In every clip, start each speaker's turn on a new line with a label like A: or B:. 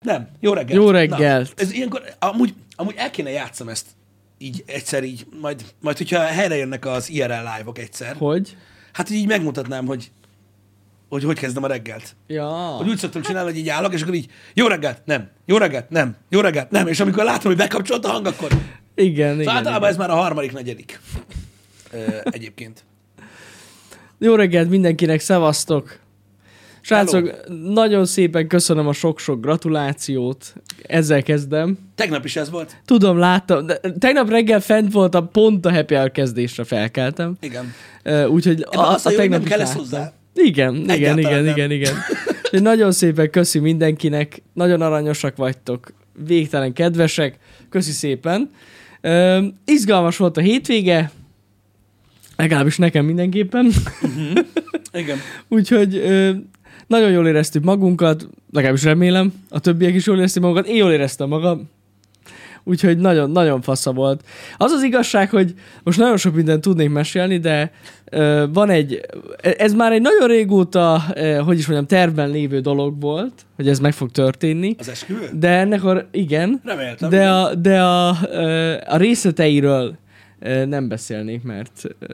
A: Nem, jó reggelt.
B: Jó reggelt.
A: Na, ez ilyenkor, amúgy, amúgy el kéne játszom ezt így egyszer így, majd, majd hogyha helyre jönnek az IRL live-ok egyszer,
B: Hogy?
A: hát így megmutatnám, hogy hogy hogy kezdem a reggelt.
B: Ja.
A: Hogy úgy szoktam csinálni, hogy így állok, és akkor így, jó reggelt, nem, jó reggelt, nem, jó reggelt, nem, és amikor látom, hogy bekapcsolt a hang, akkor
B: Igen,
A: szóval
B: igen,
A: általában
B: igen.
A: ez már a harmadik, negyedik. Ö, egyébként.
B: Jó reggelt mindenkinek, szevasztok! Srácok, nagyon szépen köszönöm a sok-sok gratulációt. Ezzel kezdem.
A: Tegnap is ez volt?
B: Tudom, láttam. De tegnap reggel fent voltam, pont a happy hour kezdésre felkeltem.
A: Igen.
B: Ö, Úgyhogy
A: Ebben az a jó, hogy nem
B: is
A: kell ez
B: láttam.
A: hozzá.
B: Igen, igen,
A: Egyáltalán
B: igen,
A: nem.
B: igen, igen. Úgyhogy nagyon szépen köszi mindenkinek, nagyon aranyosak vagytok, végtelen kedvesek, köszi szépen. Ö, izgalmas volt a hétvége, legalábbis nekem mindenképpen,
A: Igen.
B: úgyhogy ö, nagyon jól éreztük magunkat, legalábbis remélem, a többiek is jól érezték magukat, én jól éreztem magam, úgyhogy nagyon, nagyon fasza volt. Az az igazság, hogy most nagyon sok mindent tudnék mesélni, de ö, van egy, ez már egy nagyon régóta, ö, hogy is mondjam, tervben lévő dolog volt, hogy ez meg fog történni,
A: Az esküvő?
B: de ennek a, igen,
A: Reméltem.
B: de a, de a, ö, a részleteiről ö, nem beszélnék, mert ö,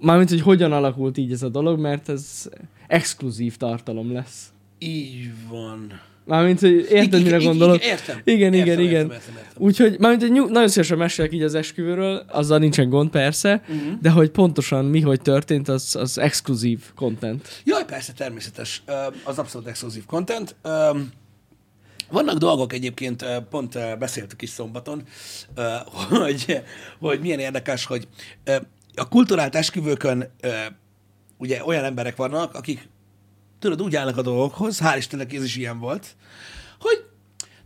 B: mármint, hogy hogyan alakult így ez a dolog, mert ez exkluzív tartalom lesz.
A: Így van.
B: Mármint, hogy érted, mire gondolok.
A: Igen, értem.
B: Igen,
A: értem,
B: igen, igen.
A: Értem, értem, értem.
B: Úgyhogy, mármint, hogy nyug- nagyon szívesen mesélek így az esküvőről, azzal nincsen gond persze,
A: Mhm.
B: de hogy pontosan mi, hogy történt, az, az exkluzív content.
A: Jaj, persze, természetes. Ö, Az abszolút exkluzív content. Ö, Vannak dolgok egyébként, ö, pont ö, beszéltük is szombaton, ö, hogy, hogy milyen érdekes, hogy ö, a kulturált esküvőkön ö, ugye olyan emberek vannak, akik tudod, úgy állnak a dolgokhoz, hál' Istennek ez is ilyen volt, hogy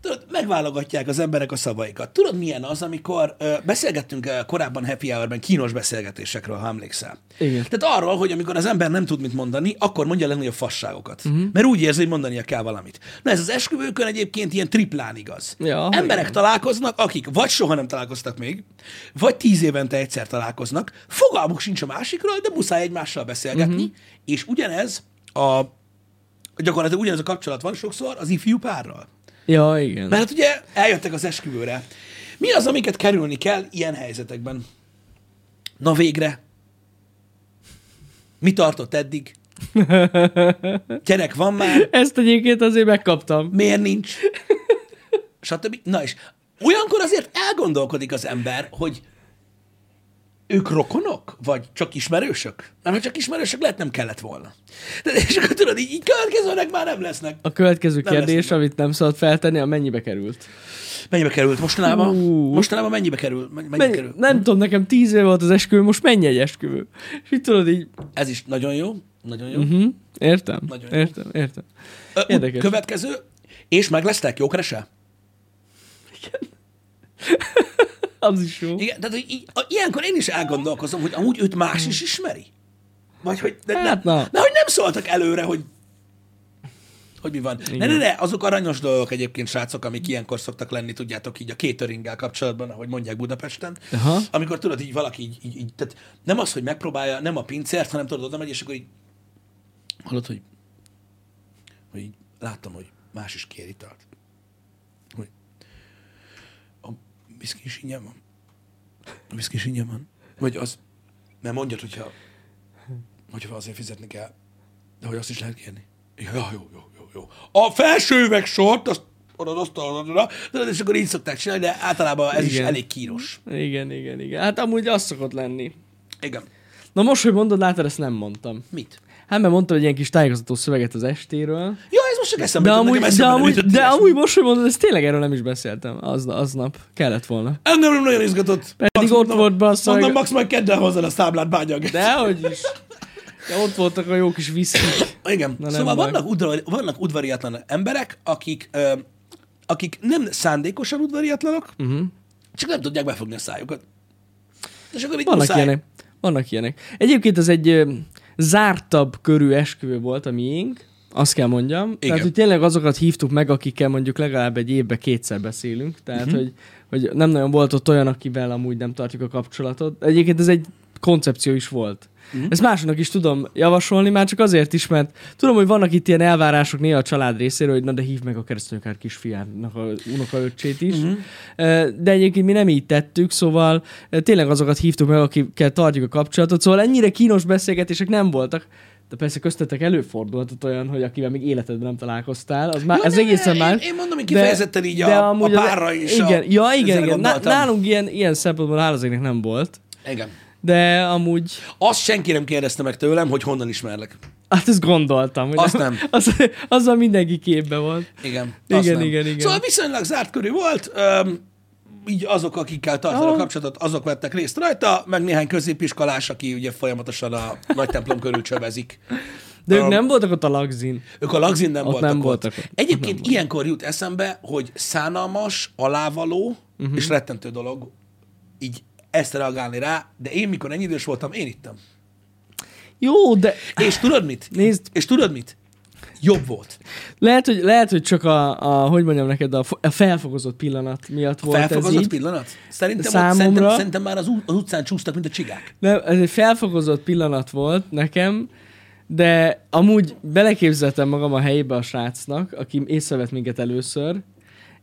A: tudod, megválogatják az emberek a szavaikat. Tudod, milyen az, amikor ö, beszélgettünk ö, korábban Happy Hour-ben kínos beszélgetésekről, ha emlékszel.
B: Igen.
A: Tehát arról, hogy amikor az ember nem tud mit mondani, akkor mondja a legnagyobb fasságokat. Uh-huh. Mert úgy érzi, hogy mondania kell valamit. Na ez az esküvőkön egyébként ilyen triplán igaz.
B: Ja,
A: Emberek
B: igen.
A: találkoznak, akik vagy soha nem találkoztak még, vagy tíz évente egyszer találkoznak, fogalmuk sincs a másikról, de muszáj egymással beszélgetni, uh-huh. és ugyanez a gyakorlatilag ugyanez a kapcsolat van sokszor az ifjú párral.
B: Ja, igen.
A: Mert hát ugye eljöttek az esküvőre. Mi az, amiket kerülni kell ilyen helyzetekben? Na végre. Mi tartott eddig? Gyerek van már?
B: Ezt egyébként azért megkaptam.
A: Miért nincs? Stb. Na és olyankor azért elgondolkodik az ember, hogy ők rokonok? Vagy csak ismerősök? Mert ha csak ismerősök lehet, nem kellett volna. De, és akkor tudod, így, így következőnek már nem lesznek.
B: A következő
A: Nem
B: kérdés,
A: lesz-
B: amit nem szabad feltenni, a mennyibe került?
A: Mennyibe került mostanában?
B: Ú.
A: Mostanában mennyibe kerül? Mennyi, mennyibe
B: Mennyi,
A: kerül?
B: nem tudom, nekem tíz év volt az esküvő, most mennyi egy esküvő? És így tudod így,
A: Ez is nagyon jó, nagyon jó. Uh-huh.
B: hm, értem,
A: Nagyon jó.
B: értem, értem.
A: Ö,
B: Érdekes.
A: következő, és meg lesztek jók rese?
B: Az is jó.
A: Igen, tehát hogy így, a, ilyenkor én is elgondolkozom, hogy amúgy őt más is ismeri. Vagy hogy de,
B: Hát
A: nem,
B: na.
A: de hogy nem szóltak előre, hogy hogy mi van. Ne, ne, ne, azok aranyos dolgok egyébként, srácok, amik ilyenkor szoktak lenni, tudjátok, így a kétöringgel kapcsolatban, ahogy mondják Budapesten.
B: Aha.
A: Amikor tudod, így valaki így, így, így, tehát nem az, hogy megpróbálja, nem a pincért, hanem tudod, oda megy, és akkor így hallod, hogy, hogy így láttam, hogy más is kér italt. Hogy a viszkis ingyen van. A viszkis ingyen van. Vagy az, mert mondjad, hogyha, hogyha azért fizetni kell, de hogy azt is lehet kérni. Ja, jó, jó, jó, jó. A felső üveg sort, azt oda, azt oda, oda, oda, és akkor így szokták csinálni, de általában ez Igen. is
B: Igen.
A: elég kínos.
B: Igen, igen, igen. Hát amúgy az szokott lenni.
A: Igen.
B: Na most, hogy mondod, látod, ezt nem mondtam.
A: Mit?
B: Hát mert mondtam egy ilyen kis tájékoztató szöveget az estéről.
A: Ja, ez most csak eszembe
B: De
A: jutott,
B: amúgy,
A: nekem
B: de,
A: eszembe nem
B: amúgy,
A: jutott
B: de
A: ilyesmi.
B: amúgy most, hogy mondod, ezt tényleg erről nem is beszéltem. Az, aznap kellett volna.
A: Engem nem nagyon izgatott.
B: Pedig ott volt basszal.
A: Mondom, Max majd kedden hozzá a száblát bányag.
B: Dehogy is. De ott voltak a jó kis viszkik.
A: Igen. Na,
B: Na, nem
A: szóval
B: baj.
A: vannak, udvar, vannak udvariatlan emberek, akik, ö, akik nem szándékosan udvariatlanok,
B: Mhm.
A: uh-huh. csak nem tudják befogni a szájukat. És akkor így
B: Vannak
A: muszáj.
B: ilyenek. Vannak ilyenek. Egyébként ez egy ö, zártabb körű esküvő volt a miénk, azt kell mondjam. Igen. Tehát, hogy tényleg azokat hívtuk meg, akikkel mondjuk legalább egy évbe kétszer beszélünk. Tehát, uh-huh. hogy, hogy nem nagyon volt ott olyan, akivel amúgy nem tartjuk a kapcsolatot. Egyébként ez egy koncepció is volt. Mm. Ezt másoknak is tudom javasolni, már csak azért is, mert tudom, hogy vannak itt ilyen elvárások néha a család részéről, hogy na de hívd meg a keresztanyakár kisfiának a unokaöccsét is. Mm. De egyébként mi nem így tettük, szóval tényleg azokat hívtuk meg, akikkel tartjuk a kapcsolatot, szóval ennyire kínos beszélgetések nem voltak. De persze köztetek előfordulhatott olyan, hogy akivel még életedben nem találkoztál, az már,
A: Jó,
B: ez
A: de
B: egészen
A: én-
B: már...
A: én mondom, hogy kifejezetten így a- a
B: amúgy
A: párra is a-
B: Igen, ja, igen,
A: ezzel
B: igen. Ná-
A: gondoltam.
B: Nálunk ilyen, ilyen szempontból hála az égnek nem volt,
A: Igen.
B: de amúgy,
A: Azt senki nem kérdezte meg tőlem, hogy honnan ismerlek.
B: hát ezt gondoltam. Hogy
A: Azt nem.
B: Az, azzal mindenki képbe volt.
A: Igen.
B: Igen,
A: azt nem.
B: igen, igen.
A: Szóval viszonylag zárt körű volt, öm, így azok, akikkel tartani a
B: Aha.
A: kapcsolatot, azok vettek részt rajta, meg néhány középiskolás, aki ugye folyamatosan a nagy templom körül csövezik.
B: De ők
A: Öm,
B: nem voltak ott a lagzin.
A: Ők a lagzin nem
B: Ott
A: voltak
B: nem
A: ott.
B: voltak ott.
A: Egyébként nem ilyenkor jut eszembe, hogy szánalmas, alávaló
B: Mhm.
A: uh-huh. és rettentő dolog így ezt reagálni rá, de én mikor ennyi idős voltam, én ittam.
B: Jó, de
A: És tudod mit?
B: Nézd.
A: És tudod mit? Jobb volt.
B: lehet, hogy, lehet, hogy csak a, a hogy mondjam neked, a, fo- a felfogozott pillanat miatt volt ez
A: Felfogozott
B: így.
A: pillanat? Szerintem, ott,
B: Számomra-
A: szerintem, szerintem már az, ú- az utcán csúsztak, mint a csigák.
B: Nem, ez egy felfogozott pillanat volt nekem, de amúgy beleképzeltem magam a helyébe a srácnak, aki észrevett minket először,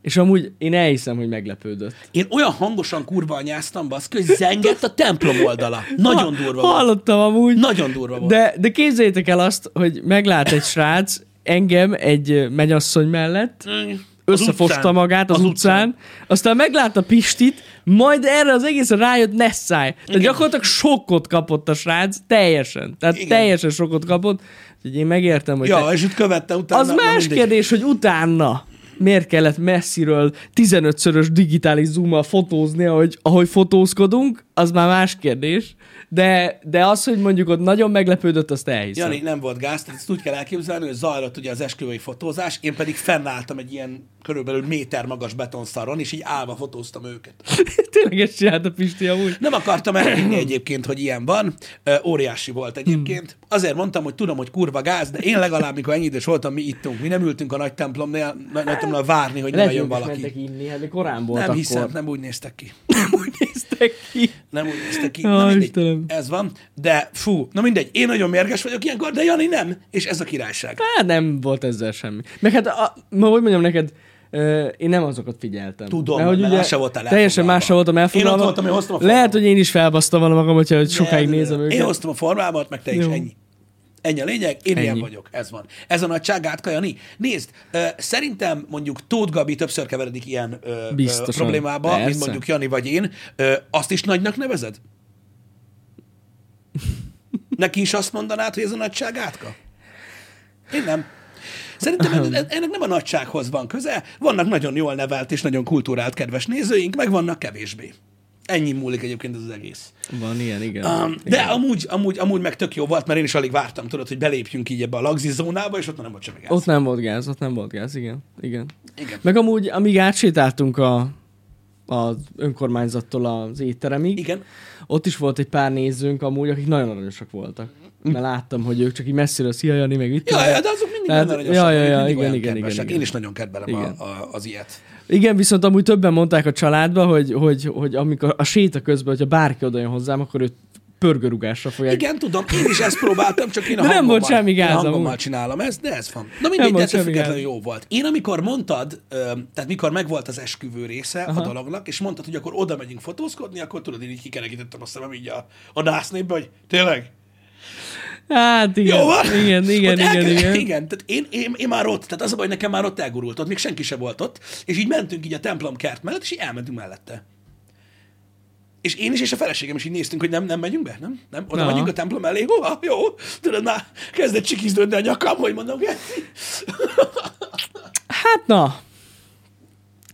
B: és amúgy én elhiszem, hogy meglepődött.
A: Én olyan hangosan kurva anyáztam, baszki, hogy zengett a templom oldala. Nagyon
B: Ha-
A: durva volt.
B: Hallottam amúgy.
A: Nagyon durva volt.
B: De, de képzeljétek el azt, hogy meglát egy srác engem egy ö, mennyasszony mellett,
A: Mm. Az
B: összefosta
A: utcán.
B: magát az, az utcán, aztán meglátta Pistit, majd erre az egészen rájött Nessáj. Tehát gyakorlatilag sokkot kapott a srác, teljesen. Tehát
A: Igen.
B: Igen. teljesen sokkot kapott, hogy én megértem, hogy
A: Ja, és itt követte utána.
B: az
A: na
B: más
A: mindegy.
B: kérdés, hogy utána miért kellett messziről 15-szörös digitális zoommal fotózni, ahogy, ahogy fotózkodunk, az már más kérdés. De, de az, hogy mondjuk ott nagyon meglepődött, azt elhiszem.
A: Jani nem volt gáz, tehát ezt úgy kell elképzelni, hogy zajlott ugye az esküvői fotózás, én pedig fennálltam egy ilyen körülbelül méter magas betonszarron, és így állva fotóztam őket.
B: Tényleg ezt csinálta Pisti amúgy.
A: Nem akartam elhinni egyébként, hogy ilyen van, Ö, óriási volt egyébként. Azért mondtam, hogy tudom, hogy kurva gáz, de én legalább, mikor ennyi idős voltam, mi ittunk, mi nem ültünk a nagy templomnál, nagy templomnál várni, hogy ne
B: Lehet, hogy
A: jön
B: ők is mentek
A: valaki.
B: inni, hát még korán volt
A: Nem
B: akkor.
A: hiszem, nem úgy néztek ki.
B: nem úgy néztek ki.
A: Nem úgy néztek ki.
B: Ó,
A: Na, mindegy,
B: Istenem.
A: ez van. De fú, na mindegy, én nagyon mérges vagyok ilyenkor, de Jani nem, és ez a királyság.
B: Hát nem volt ezzel semmi. Meg hát, a, ma hogy mondjam neked, ö, én nem azokat figyeltem.
A: Tudom,
B: hogy
A: mert mással voltál
B: Teljesen
A: elfoglalva.
B: másra voltam
A: Én
B: elfoglalva.
A: ott voltam, én hoztam a
B: Lehet,
A: fogamat.
B: hogy én is felbasztam volna magam, hogyha hogy sokáig
A: De, de, de.
B: nézem őket.
A: Én hoztam a formámat, meg te is,
B: Jó.
A: ennyi. Ennyi a lényeg, én ilyen
B: Ennyi.
A: vagyok, ez van. Ez a nagyság átka, Jani. Nézd, ö, szerintem mondjuk Tóth Gabi többször keveredik ilyen ö, ö,
B: Biztosan.
A: problémába, mint
B: Persze.
A: mondjuk Jani vagy én. Ö, azt is nagynak nevezed? Neki is azt mondanád, hogy ez a nagyság átka? Én nem. Szerintem en- en- ennek nem a nagysághoz van köze. Vannak nagyon jól nevelt és nagyon kultúrált kedves nézőink, meg vannak kevésbé. Ennyi múlik egyébként ez az egész.
B: Van ilyen, igen.
A: Um, de amúgy, amúgy, amúgy meg tök jó volt, mert én is alig vártam, tudod, hogy belépjünk így ebbe a lagzi zónába, és ott már nem volt semmi gáz.
B: Ott nem volt gáz, ott nem volt gáz, igen. igen.
A: Igen.
B: Meg amúgy, amíg átsétáltunk a, az önkormányzattól az étteremig,
A: Igen.
B: ott is volt egy pár nézőnk amúgy, akik nagyon aranyosak voltak. Mert láttam, hogy ők csak így messziről szia Jani, meg mit tudom
A: Ja,
B: én.
A: ja, de azok mindig
B: Tehát-
A: nagyon aranyosak,
B: hát- ja, ja,
A: ők
B: ja,
A: mindig
B: igen,
A: olyan
B: igen, igen,
A: kedvesek.
B: igen.
A: Én is nagyon kedvelem
B: Igen.
A: a, a, az ilyet.
B: Igen, viszont amúgy többen mondták a családba, hogy, hogy, hogy amikor a séta közben, hogyha bárki oda jön hozzám, akkor őt pörgörugásra fogják.
A: Igen, tudom, én is ezt próbáltam, csak én a
B: De nem
A: hangommal,
B: volt semmi
A: én a
B: gáz,
A: hangommal
B: amúgy.
A: csinálom ezt, de ez van. Na mindegy,
B: Nem
A: de
B: volt
A: ettől
B: semmi
A: függetlenül
B: gáz.
A: jó volt. Én amikor mondtad, öm, tehát mikor megvolt az esküvő része a dolognak, és mondtad, hogy akkor oda megyünk fotózkodni, akkor tudod, én így kikerekítettem a szemem így a, a násznépbe, hogy tényleg,
B: Hát igen,
A: Jó van?
B: igen, igen,
A: Ott
B: igen,
A: elke-
B: igen,
A: igen. Tehát én, én, én, már ott, tehát az a baj, nekem már ott elgurult, ott még senki se volt ott, és így mentünk így a templom kert mellett, és így elmentünk mellette. És én is, és a feleségem is így néztünk, hogy nem, nem megyünk be, nem? Nem, oda
B: Aha.
A: megyünk a templom elé, hova? Jó, tudod, már kezdett csikizdődni a nyakam, hogy mondom, Geci.
B: Hát na.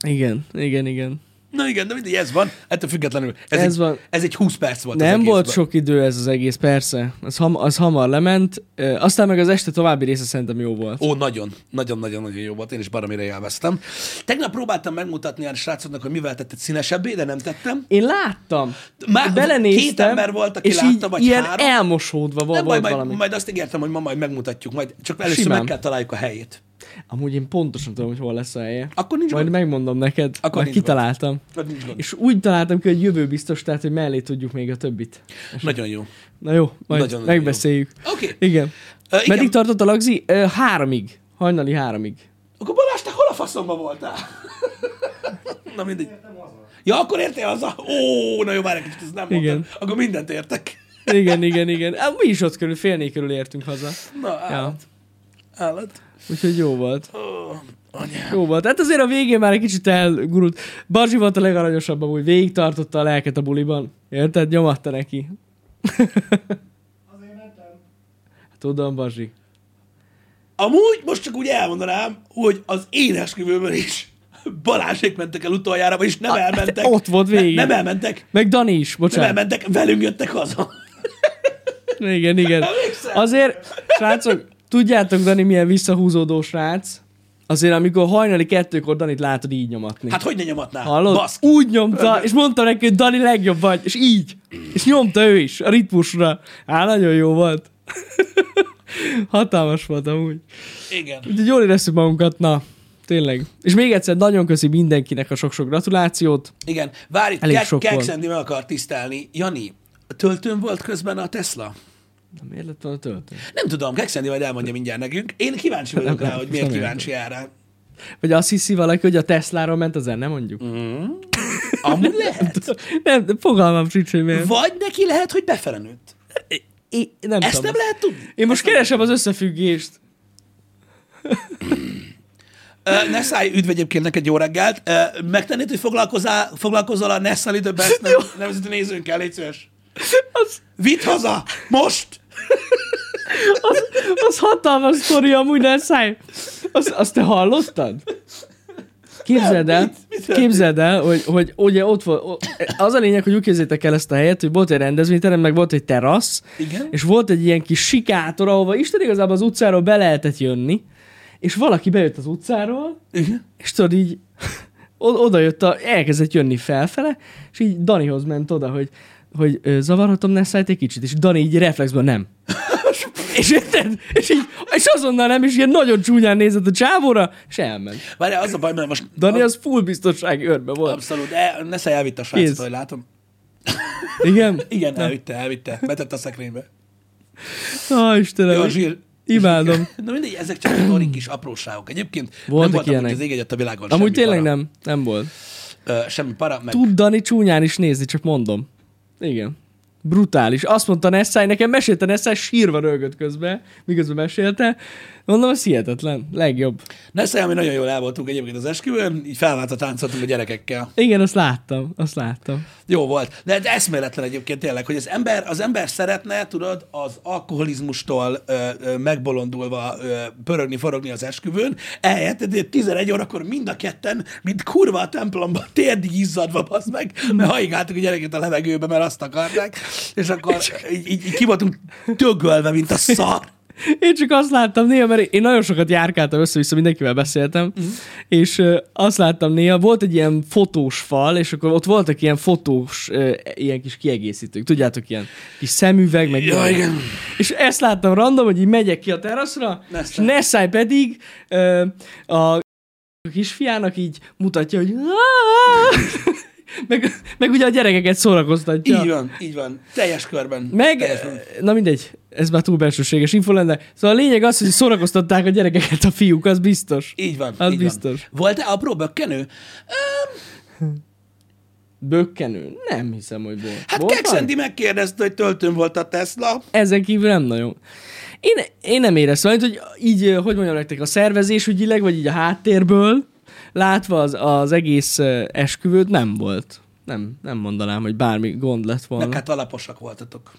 B: Igen, igen, igen.
A: Na igen, de mindegy, ez van, ettől függetlenül. Ez,
B: Ez
A: egy,
B: van.
A: ez egy 20 perc volt. az
B: Nem
A: egészben.
B: volt sok idő ez az egész, persze. Az, ham- az hamar lement. Ö, Aztán meg az este további része szerintem jó volt.
A: Ó, nagyon, nagyon-nagyon-nagyon jó volt, én is baromira élveztem. Tegnap próbáltam megmutatni a srácoknak, hogy mivel tetted színesebbé, de nem tettem.
B: Én láttam.
A: Már
B: Belenéztem,
A: két ember volt, aki
B: és
A: látta,
B: így
A: vagy
B: ilyen
A: három.
B: elmosódva volt,
A: Nem baj,
B: volt
A: majd,
B: valami.
A: majd azt ígértem, hogy ma majd megmutatjuk, majd csak először
B: Simán.
A: meg kell találjuk a helyét.
B: Amúgy én pontosan tudom, hogy hol lesz a helye.
A: Akkor nincs
B: Majd
A: gond.
B: megmondom neked,
A: Akkor
B: Akkor mert
A: nincs gond.
B: kitaláltam.
A: Akkor nincs gond.
B: És úgy találtam ki, hogy jövő biztos, tehát hogy mellé tudjuk még a többit.
A: Nagyon jó.
B: Na jó, majd
A: Nagyon,
B: Nagyon
A: nagyon
B: megbeszéljük.
A: Oké. Okay.
B: Igen.
A: Uh,
B: Meddig tartott a lagzi? Ö, háromig. Hajnali háromig.
A: Akkor Balázs, te hol a faszomba voltál? na mindegy. Ja, akkor értél haza? Ó, na jó, már egy kicsit ez nem
B: Igen.
A: mondtam. Akkor mindent értek.
B: Igen, igen, igen. Á, mi is ott körül, fél négy körül értünk haza.
A: Na,
B: Ja.
A: állat. Állat.
B: Úgyhogy jó volt.
A: Ó, anyám.
B: Jó volt. Hát azért a végén már egy kicsit elgurult. Barzsi volt a legaranyosabb, amúgy végig tartotta a lelket a buliban. Érted? Nyomatta neki.
C: Azért mentem.
B: Hát Tudom, Barzsi.
A: Amúgy most csak úgy elmondanám, hogy az én esküvőmön is Balázsék mentek el utoljára, vagyis nem
B: Ah, hát
A: elmentek.
B: ott volt végig.
A: Ne, nem elmentek.
B: Meg Dani is,
A: Nem
B: bocsánat.
A: elmentek, velünk jöttek haza.
B: Igen, igen.
A: Emlékszel?
B: Azért, srácok, tudjátok, Dani milyen visszahúzódó srác? Azért, amikor hajnali kettőkor Danit látod így nyomatni.
A: Hát hogy ne nyomatnál?
B: Hallod?
A: Baszki.
B: Úgy nyomta, és mondta neki, hogy Dani legjobb vagy, és így. És nyomta ő is, a ritmusra. Á, nagyon jó volt. Hatalmas volt amúgy.
A: Igen.
B: Úgyhogy jól érezzük magunkat, na. Tényleg. És még egyszer nagyon köszi mindenkinek a sok-sok gratulációt.
A: Igen. Várj,
B: Elég
A: Ke-
B: sok volt.
A: Kekszendi meg akar tisztelni. Jani, a töltőn volt közben a Tesla?
B: Na, miért lett volna töltő?
A: Nem tudom, Kekszendi majd elmondja mindjárt nekünk. Én kíváncsi vagyok
B: Nem,
A: rá,
B: nem,
A: hogy miért
B: nem
A: kíváncsi jár rá.
B: Vagy azt hiszi valaki, hogy a Tesláról ment az nem mondjuk?
A: Mm. Amúgy lehet.
B: Nem, de fogalmam sincs, hogy miért.
A: Vagy neki lehet, hogy befelenőtt.
B: É, nem
A: Ezt
B: tudom.
A: nem lehet tudni.
B: Én most keresem az összefüggést.
A: Ö, ne szállj, üdv egyébként neked jó reggelt. Ö, Megtennéd, hogy foglalkozál, foglalkozol a Nessali The Best nev- nevezetű nézőnkkel, légy szíves.
B: Az,
A: Vidd haza! Most!
B: az, az hatalmas sztori amúgy, nem száj. Azt, azt te hallottad? Képzeld el, képzeld el hogy, hogy ugye ott volt, o- az a lényeg, hogy úgy képzétek el ezt a helyet, hogy volt egy rendezvényterem, meg volt egy terasz,
A: Igen.
B: és volt egy ilyen kis sikátor, ahova Isten igazából az utcáról be lehetett jönni, és valaki bejött az utcáról,
A: Igen.
B: És tudod így, o- oda jött, a, elkezdett jönni felfele, és így Danihoz ment oda, hogy, hogy ö, zavarhatom Nessájt egy kicsit, és Dani így reflexben nem. és, érted? és, így, és azonnal nem, és ilyen nagyon csúnyán nézett a csávóra, és elment.
A: Várjál, az a baj, mert most...
B: Dani az full biztonság őrbe volt.
A: Abszolút. E, ne szállj, elvitte a srácot,
B: Kész.
A: ahogy látom.
B: Igen?
A: Igen, elvitte, elvitte. Betett a szekrénybe.
B: Ó,
A: Jó, a
B: Istenem,
A: zsír.
B: imádom.
A: Na mindegy, ezek csak sztorik kis apróságok. Egyébként
B: Voltak
A: nem voltam,
B: ilyenek.
A: hogy az ég egyet a világon
B: Amúgy
A: semmi
B: tényleg
A: para.
B: nem, nem volt.
A: Ö, semmi para, meg...
B: Tud Dani csúnyán is nézni, csak mondom. Igen. Brutális. Azt mondta Nessai, nekem mesélte Nessai, sírva rögött közben, miközben mesélte. Mondom, ez hihetetlen. Legjobb.
A: Ne szállj, mi nagyon jól el voltunk egyébként az esküvőn, így felváltva táncoltunk a gyerekekkel.
B: Igen, azt láttam, azt láttam.
A: Jó volt. De ez eszméletlen egyébként tényleg, hogy az ember, az ember szeretne, tudod, az alkoholizmustól ö, ö, megbolondulva ö, pörögni, forogni az esküvőn, ehelyett de 11 órakor mind a ketten, mint kurva a templomban, térdig izzadva, bazd meg, mert haigáltuk a gyereket a levegőbe, mert azt akarták, és akkor így, így, így ki voltunk tögölve, mint a szar.
B: Én csak azt láttam néha, mert én nagyon sokat járkáltam össze-vissza, mindenkivel beszéltem,
A: Mhm.
B: és ö, azt láttam néha, volt egy ilyen fotós fal, és akkor ott voltak ilyen fotós, ö, ilyen kis kiegészítők, tudjátok, ilyen kis szemüveg, meg...
A: Ja,
B: ilyenek.
A: igen.
B: És ezt láttam random, hogy így megyek ki a teraszra, és
A: Nessai.
B: Nessai pedig ö, a kisfiának így mutatja, hogy... "Áááá!" meg, meg ugye a gyerekeket szórakoztatja.
A: Így van, így van. Teljes körben.
B: Meg, eh,
A: Teljes körben.
B: na mindegy, ez már túl belsőséges info lenne. Szóval a lényeg az, hogy szórakoztatták a gyerekeket a fiúk, az biztos.
A: Így van.
B: Az
A: így
B: biztos.
A: Van. Volt-e apró bökkenő?
B: Bökkenő? Nem hiszem, hogy volt.
A: Hát
B: volt
A: Kexendi megkérdezte, hogy töltőn volt a Tesla.
B: valami? Ezen kívül nem nagyon. Én, én nem éreztem, mert hogy így, eh, hogy mondjam nektek, a szervezés ügyileg, vagy így a háttérből, látva az, az egész eh, esküvőt nem volt. Nem, nem mondanám, hogy bármi gond lett volna.
A: Meg hát alaposak voltatok.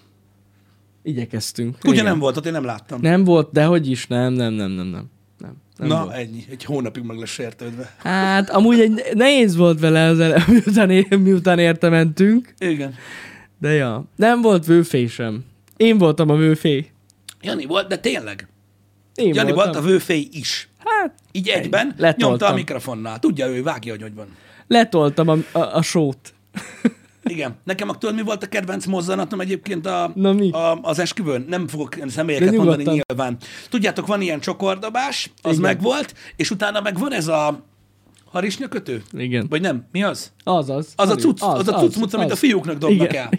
B: Igyekeztünk.
A: Ugye
B: Igen.
A: nem volt, ott én nem láttam.
B: Nem volt, de hogy is, nem, nem, nem, nem, nem. nem, nem
A: Na,
B: volt.
A: ennyi. Egy hónapig meg lesz sértődve.
B: Hát, amúgy egy nehéz volt vele az ele, miután, é- miután érte mentünk,
A: Igen.
B: de ja. Nem volt vőfé sem. Én voltam a vőfé.
A: Jani volt, de tényleg.
B: Én
A: Jani
B: voltam.
A: volt a vőfej is.
B: Hát,
A: Így egyben
B: Letoltam.
A: nyomta a mikrofonnál. Tudja ő, vágja, hogy hogy van.
B: letoltam a, a, a sót.
A: Igen. Nekem akkor tudod, mi volt a kedvenc mozzanatom egyébként a,
B: Na mi?
A: a, az esküvőn? Nem fogok személyeket
B: De
A: mondani
B: nyugodtan.
A: nyilván. Tudjátok, van ilyen csokordobás, az
B: Igen.
A: megvolt, és utána meg van ez a harisnyakötő?
B: Igen.
A: Vagy nem? Mi az?
B: Az az.
A: Az a
B: Harry.
A: cucc, az, az a cucc amit a fiúknak dobnak
B: Igen.
A: el.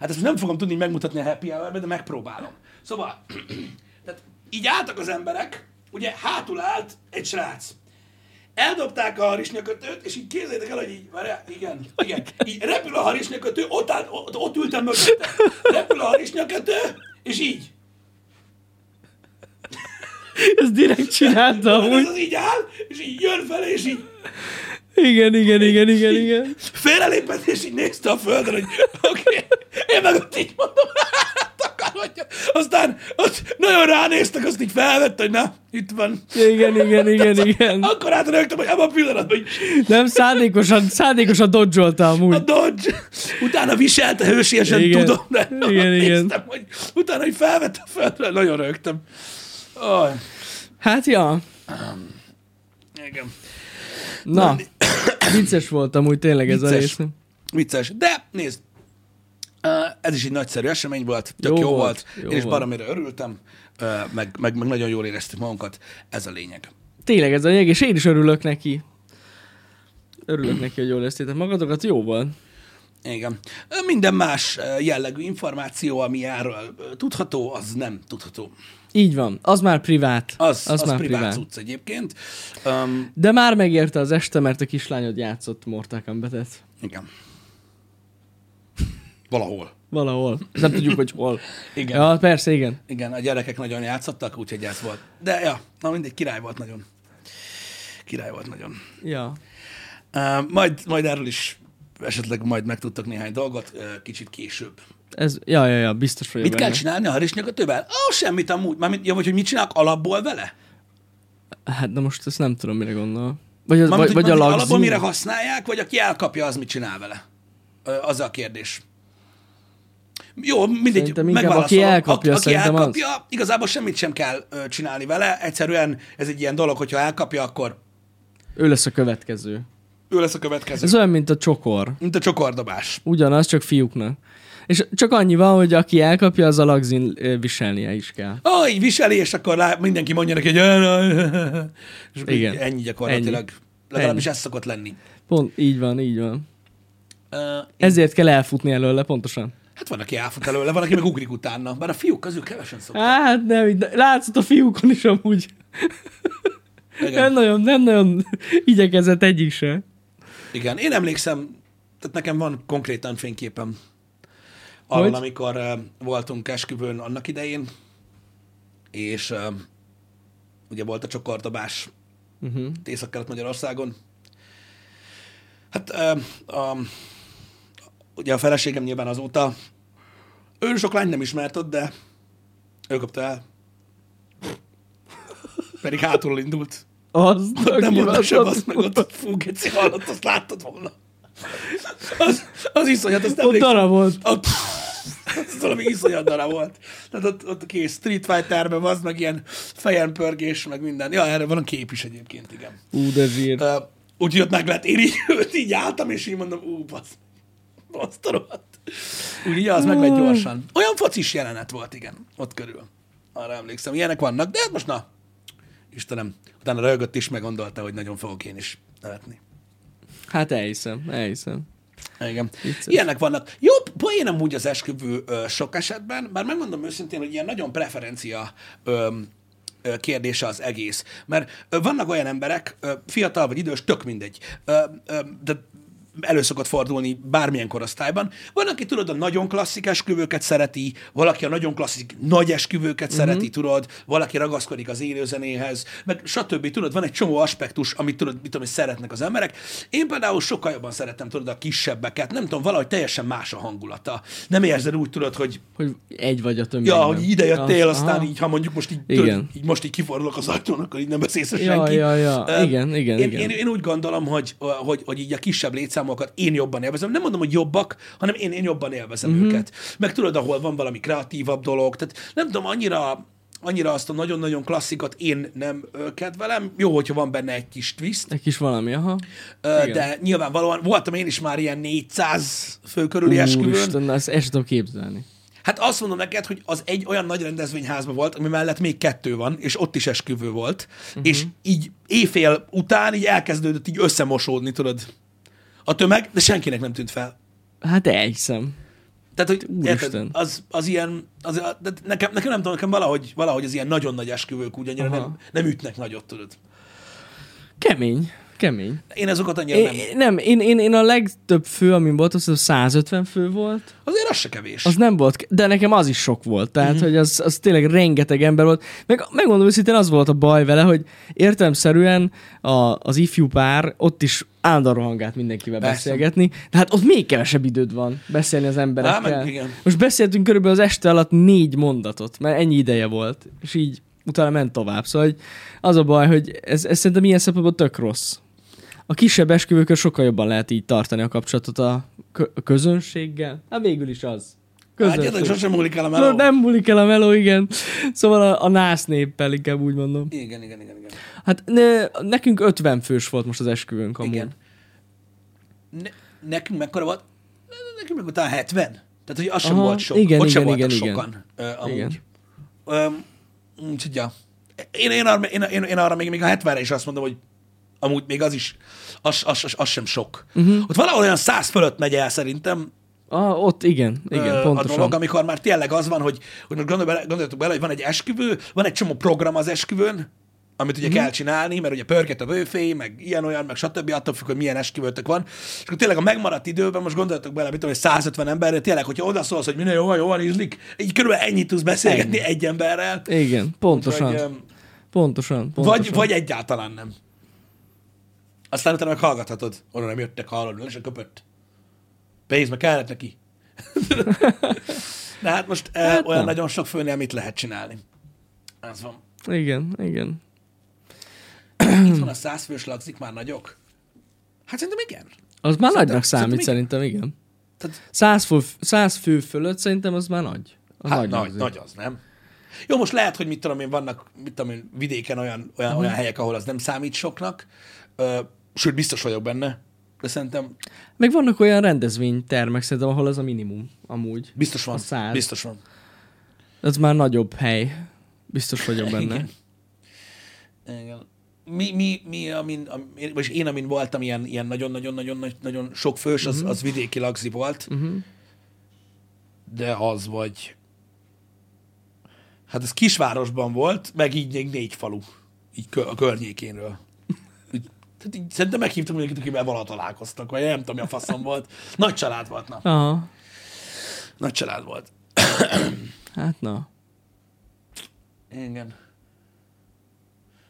A: Hát ezt nem fogom tudni megmutatni a happy hour de megpróbálom. Szóval, tehát így álltak az emberek, ugye hátul állt egy srác. Eldobták a harisnyakötőt, és így képzeljétek el, hogy így, várjál, igen, igen, így repül a harisnyakötő, ott, áll, ott, ott ültem mögötte. Repül a harisnyakötő, és így.
B: Ezt direkt csinálta
A: Ez
B: amúgy.
A: az így áll, és így jön fel, és így
B: Igen, igen, igen, igen, igen.
A: félrelépett, és így nézte a földre, hogy oké, okay. én meg ott így mondom, takarodja. Aztán ott nagyon ránéztek, azt így felvett, hogy na, itt van.
B: Igen, igen, igen, igen.
A: Akkor átrögtem, hogy ebben a pillanatban, hogy
B: Nem, szándékosan, szándékosan dodzsolta
A: a
B: amúgy.
A: Dodge, utána viselte hősiesen,
B: Igen.
A: tudom, de
B: Igen, igen.
A: néztem, hogy utána, hogy felvett a földre, nagyon rögtem. Oh,
B: Hát ja,
A: igen.
B: na, vicces volt amúgy tényleg ez a
A: Vicces.
B: rész.
A: Vicces. De nézd, Uh, ez is egy nagyszerű esemény volt, tök jó,
B: Jó
A: jó volt,
B: volt, jó
A: volt. én is
B: volt.
A: baromira örültem, uh, meg, meg, meg nagyon jól éreztük magunkat, ez a lényeg.
B: Tényleg ez a lényeg, és én is örülök neki. Örülök neki, hogy jól éreztétek magatokat, jó volt.
A: Igen. Ö, Minden más ö, jellegű információ, ami erről ö, tudható, az nem tudható.
B: Így van, az már privát.
A: Az, az, az privát, privát cucc egyébként. Um,
B: De már megérte az este, mert a kislányod játszott Mortal Kombatet.
A: igen. Valahol.
B: Valahol. Nem tudjuk, hogy hol.
A: Igen. Ja.
B: Ja, persze, igen.
A: Igen, a gyerekek nagyon játszottak, úgyhogy ez volt. De ja, na mindegy, király volt nagyon. Király volt nagyon.
B: Ja.
A: Uh, majd, majd erről is esetleg majd megtudtak néhány dolgot, uh, kicsit később.
B: Ez, ja, ja, ja, biztos vagyok
A: Mit kell
B: benne.
A: csinálni a harisnyakötővel? Ó, oh, semmit amúgy. Mármint, ja, vagy hogy mit csinálok alapból vele?
B: Hát, de most ezt nem tudom, mire gondol. Vagy, az,
A: Mármint, hogy
B: vagy, vagy a
A: mondjuk
B: lagzú.
A: alapból mire használják, vagy aki elkapja, az mit csinál vele? Ö, Az a kérdés. Jó, mindegy,
B: Szerintem inkább aki
A: megválaszolom.
B: elkapja,
A: aki
B: szerintem az.
A: elkapja, igazából semmit sem kell ö, csinálni vele, egyszerűen ez egy ilyen dolog, hogyha elkapja, akkor
B: Ő lesz a következő.
A: ő lesz a következő.
B: Ez olyan, mint a csokor.
A: Mint a csokordobás.
B: Ugyanaz, csak fiúknak. És csak annyi van, hogy aki elkapja, az a lagzin ö, viselnie is kell.
A: Ó, így viseli, és akkor lá, mindenki mondja neki, hogy "Ö, ö, ö, ö." és akkor
B: Igen.
A: így ennyi gyakorlatilag. Ennyi. Legalábbis ez szokott lenni.
B: Pont így van, így van.
A: Ö,
B: Ezért kell elfutni előle, pontosan.
A: hát van, aki elfut előle, van, aki meg ugrik utána. Bár a fiúk közül kevesen szoktak.
B: Hát nem, így- látszott a fiúkon is amúgy.
A: Igen.
B: Nem nagyon, nem nagyon igyekezett egyik se.
A: Igen, én emlékszem, tehát nekem van konkrétan fényképem arról,
B: Hogy?
A: amikor uh, voltunk esküvőn annak idején, és uh, ugye volt a csokortabás Mhm.
B: Uh-huh.
A: Észak-Kelet Magyarországon. Hát uh, a, ugye a feleségem nyilván azóta, ő sok lány nem ismert ott, de ő kapta el. Pedig hátulról indult.
B: Az,
A: Nem mondta sem
B: az-
A: azt meg ott a fú, geci hallott, azt láttad volna. Az, az iszonyat, azt
B: Ott
A: emlékszem.
B: darabolt.
A: A, az valami iszonyat darab volt. Tehát ott, ott a kész Street Fighterben az, meg ilyen fejen pörgés, meg minden. Ja, erre van a kép is egyébként, igen.
B: Ú, de zsír.
A: Uh, úgyhogy ott meg lett, én így, őt így álltam, és így mondom, ú, basz, basz, rohadt. Úgyhogy ja, az meg lett gyorsan. Olyan focis jelenet volt, igen, ott körül. Arra emlékszem, ilyenek vannak, de hát most na, Istenem, utána röhögött is, meggondolta, hogy nagyon fogok én is nevetni.
B: Hát elhiszem, elhiszem.
A: Igen.
B: Vicces.
A: Ilyenek vannak. Jó, poén amúgy az esküvő ö, sok esetben, bár megmondom őszintén, hogy ilyen nagyon preferencia ö, ö, kérdése az egész. Mert ö, vannak olyan emberek, ö, fiatal vagy idős, tök mindegy, ö, ö, de elő szokott fordulni bármilyen korosztályban. Van, aki tudod, a nagyon klasszik esküvőket szereti, valaki a nagyon klasszik nagy esküvőket uh-huh. szereti, tudod, valaki ragaszkodik az élőzenéhez, meg stb. Tudod, van egy csomó aspektus, amit tudod, mit tudom, hogy szeretnek az emberek. Én például sokkal jobban szeretem, tudod, a kisebbeket. Nem tudom, valahogy teljesen más a hangulata. Nem érzed úgy, tudod, hogy
B: Hogy egy vagy a tömeg.
A: Ja, hogy ide jöttél, aztán
B: aha.
A: így, ha mondjuk most így,
B: Igen.
A: tudod, így most így kifordulok az ajtón, akkor így nem beszélsz a
B: Ja,
A: senki.
B: ja, ja.
A: Ö,
B: Igen, igen,
A: én,
B: igen.
A: Én, én, úgy gondolom, hogy, hogy, hogy így a kisebb létszámokat én jobban élvezem. Nem mondom, hogy jobbak, hanem
B: Mhm.
A: én, én jobban élvezem mm-hmm. őket. Meg tudod, ahol van valami kreatívabb dolog. Tehát nem tudom, annyira annyira azt a nagyon-nagyon klasszikat én nem ö, kedvelem. Jó, hogyha van benne egy kis twist,
B: Egy kis valami, aha.
A: ö,
B: Igen.
A: de nyilvánvalóan voltam én is már ilyen 400 fő körüli esküvőn.
B: Úristen, ezt el sem tudom képzelni.
A: Hát azt mondom neked, hogy az egy olyan nagy rendezvényházban volt, ami mellett még kettő van, és ott is esküvő volt,
B: Mhm.
A: uh-huh. és így éjfél után így elkezdődött így összemosódni, tudod, a tömeg, de senkinek nem tűnt fel.
B: Hát elhiszem.
A: Tehát, hogy érted,
B: Úristen.
A: az, az ilyen, az, a- de nekem, nekem nem tudom, nekem valahogy, valahogy az ilyen nagyon nagy esküvők úgy annyira
B: Aha.
A: nem, nem ütnek nagyot, tudod.
B: Kemény, kemény.
A: Én azokat annyira nem.
B: É, nem, én, én, én a legtöbb fő, amin volt, azt hiszem 150 fő volt.
A: Azért az se kevés.
B: Az nem volt, ke- de nekem az is sok volt. Tehát,
A: Mhm.
B: uh-huh. hogy az, az tényleg rengeteg ember volt. Meg, megmondom őszintén, az volt a baj vele, hogy értelemszerűen a, az ifjú pár ott is állandóan rohangált mindenkivel
A: Persze.
B: Persze. beszélgetni, de hát ott még kevesebb időd van beszélni az emberekkel.
A: Á, meg igen.
B: Most beszéltünk körülbelül az este alatt négy mondatot, mert ennyi ideje volt, és így utána ment tovább. Szóval hogy az a baj, hogy ez, ez szerintem ilyen szempontból tök rossz. A kisebb esküvőkön sokkal jobban lehet így tartani a kapcsolatot a, kö- a közönséggel. Hát végül is az.
A: Hát gyakorlatilag
B: Közönség.
A: sosem múlik el a meló.
B: Tudod, nem múlik el a meló, igen. Szóval a, a nász néppel inkább úgy mondom.
A: Igen, igen, igen, igen.
B: Hát ne, nekünk 50 fős volt most az esküvőnk amúgy.
A: Igen. Ne, nekünk mekkora volt? Nekünk meg utána 70. Tehát, hogy az sem
B: Aha,
A: volt sok.
B: igen,
A: Ott sem
B: igen,
A: voltak
B: igen,
A: sokan. Ö, amúgy.
B: Igen.
A: Öm, úgyhogy, ja. Én, én, arra, én, én, én arra még, még a 70-re is azt mondom, hogy amúgy még az is, az, az, az, az sem sok.
B: Mhm.
A: Uh-huh. Ott valahol olyan 100 fölött megy el szerintem
B: Ah, ott igen, igen,
A: ö,
B: Ö,
A: a
B: pontosan.
A: dolog, amikor már tényleg az van, hogy, hogy most gondol bele, gondoljatok bele, hogy van egy esküvő, van egy csomó program az esküvőn, amit
B: Mhm.
A: ugye mm. kell csinálni, mert ugye pörget a bőfé, meg ilyen-olyan, meg stb. attól függ, hogy milyen esküvőtök van. És akkor tényleg a megmaradt időben, most gondoljatok bele, mit tudom, hogy 150 emberre, tényleg, hogyha odaszólsz, hogy minden jó, jó, ízlik, így körülbelül ennyit tudsz beszélgetni egy emberrel.
B: Igen, pontosan.
A: Vagy, öm,
B: Pontosan, pontosan.
A: vagy, vagy egyáltalán nem. Aztán utána meg hallgathatod. Oda nem jöttek, hallod, le se köpött. Pénz meg kellett neki. De hát most hát olyan
B: Hát
A: nem.
B: nem.
A: nagyon sok főnél mit lehet csinálni. Az van.
B: Igen, igen. Hmm.
A: Itt van a százfős lakzik, már nagyok? Hát szerintem igen.
B: Az már
A: Szerintem-
B: nagynak számít
A: szerintem
B: szerintem, igen.
A: Tehát,
B: Száz fő, száz fő fölött szerintem az már nagy. Az
A: hát nagy,
B: azért.
A: nagy az, nem? Jó, most lehet, hogy mit tudom én, vannak mit tudom én, vidéken olyan, olyan,
B: Mhm.
A: olyan helyek, ahol az nem számít soknak. Ö, sőt, biztos vagyok benne. De szerintem
B: Meg vannak olyan rendezvénytermek szerintem, ahol az a minimum amúgy.
A: biztos van.
B: A száz.
A: Biztos van.
B: Ez már nagyobb hely. Biztos vagyok benne.
A: Igen. Igen. Mi, mi, mi amin, am, én- vagyis én, amin voltam ilyen, ilyen nagyon-nagyon-nagyon nagy- nagyon sok fős, az, az vidéki lagzi volt,
B: uh-huh.
A: de az vagy... Hát ez kisvárosban volt, meg így még négy falu, így kö, a környékénről. Így- Tehát így, szerintem meghívtam mindenkit, akivel valaha találkoztak, vagy nem tudom, mi a faszom volt. Nagy család volt, na.
B: Aha.
A: Nagy család volt.
B: Hát na.
A: Igen.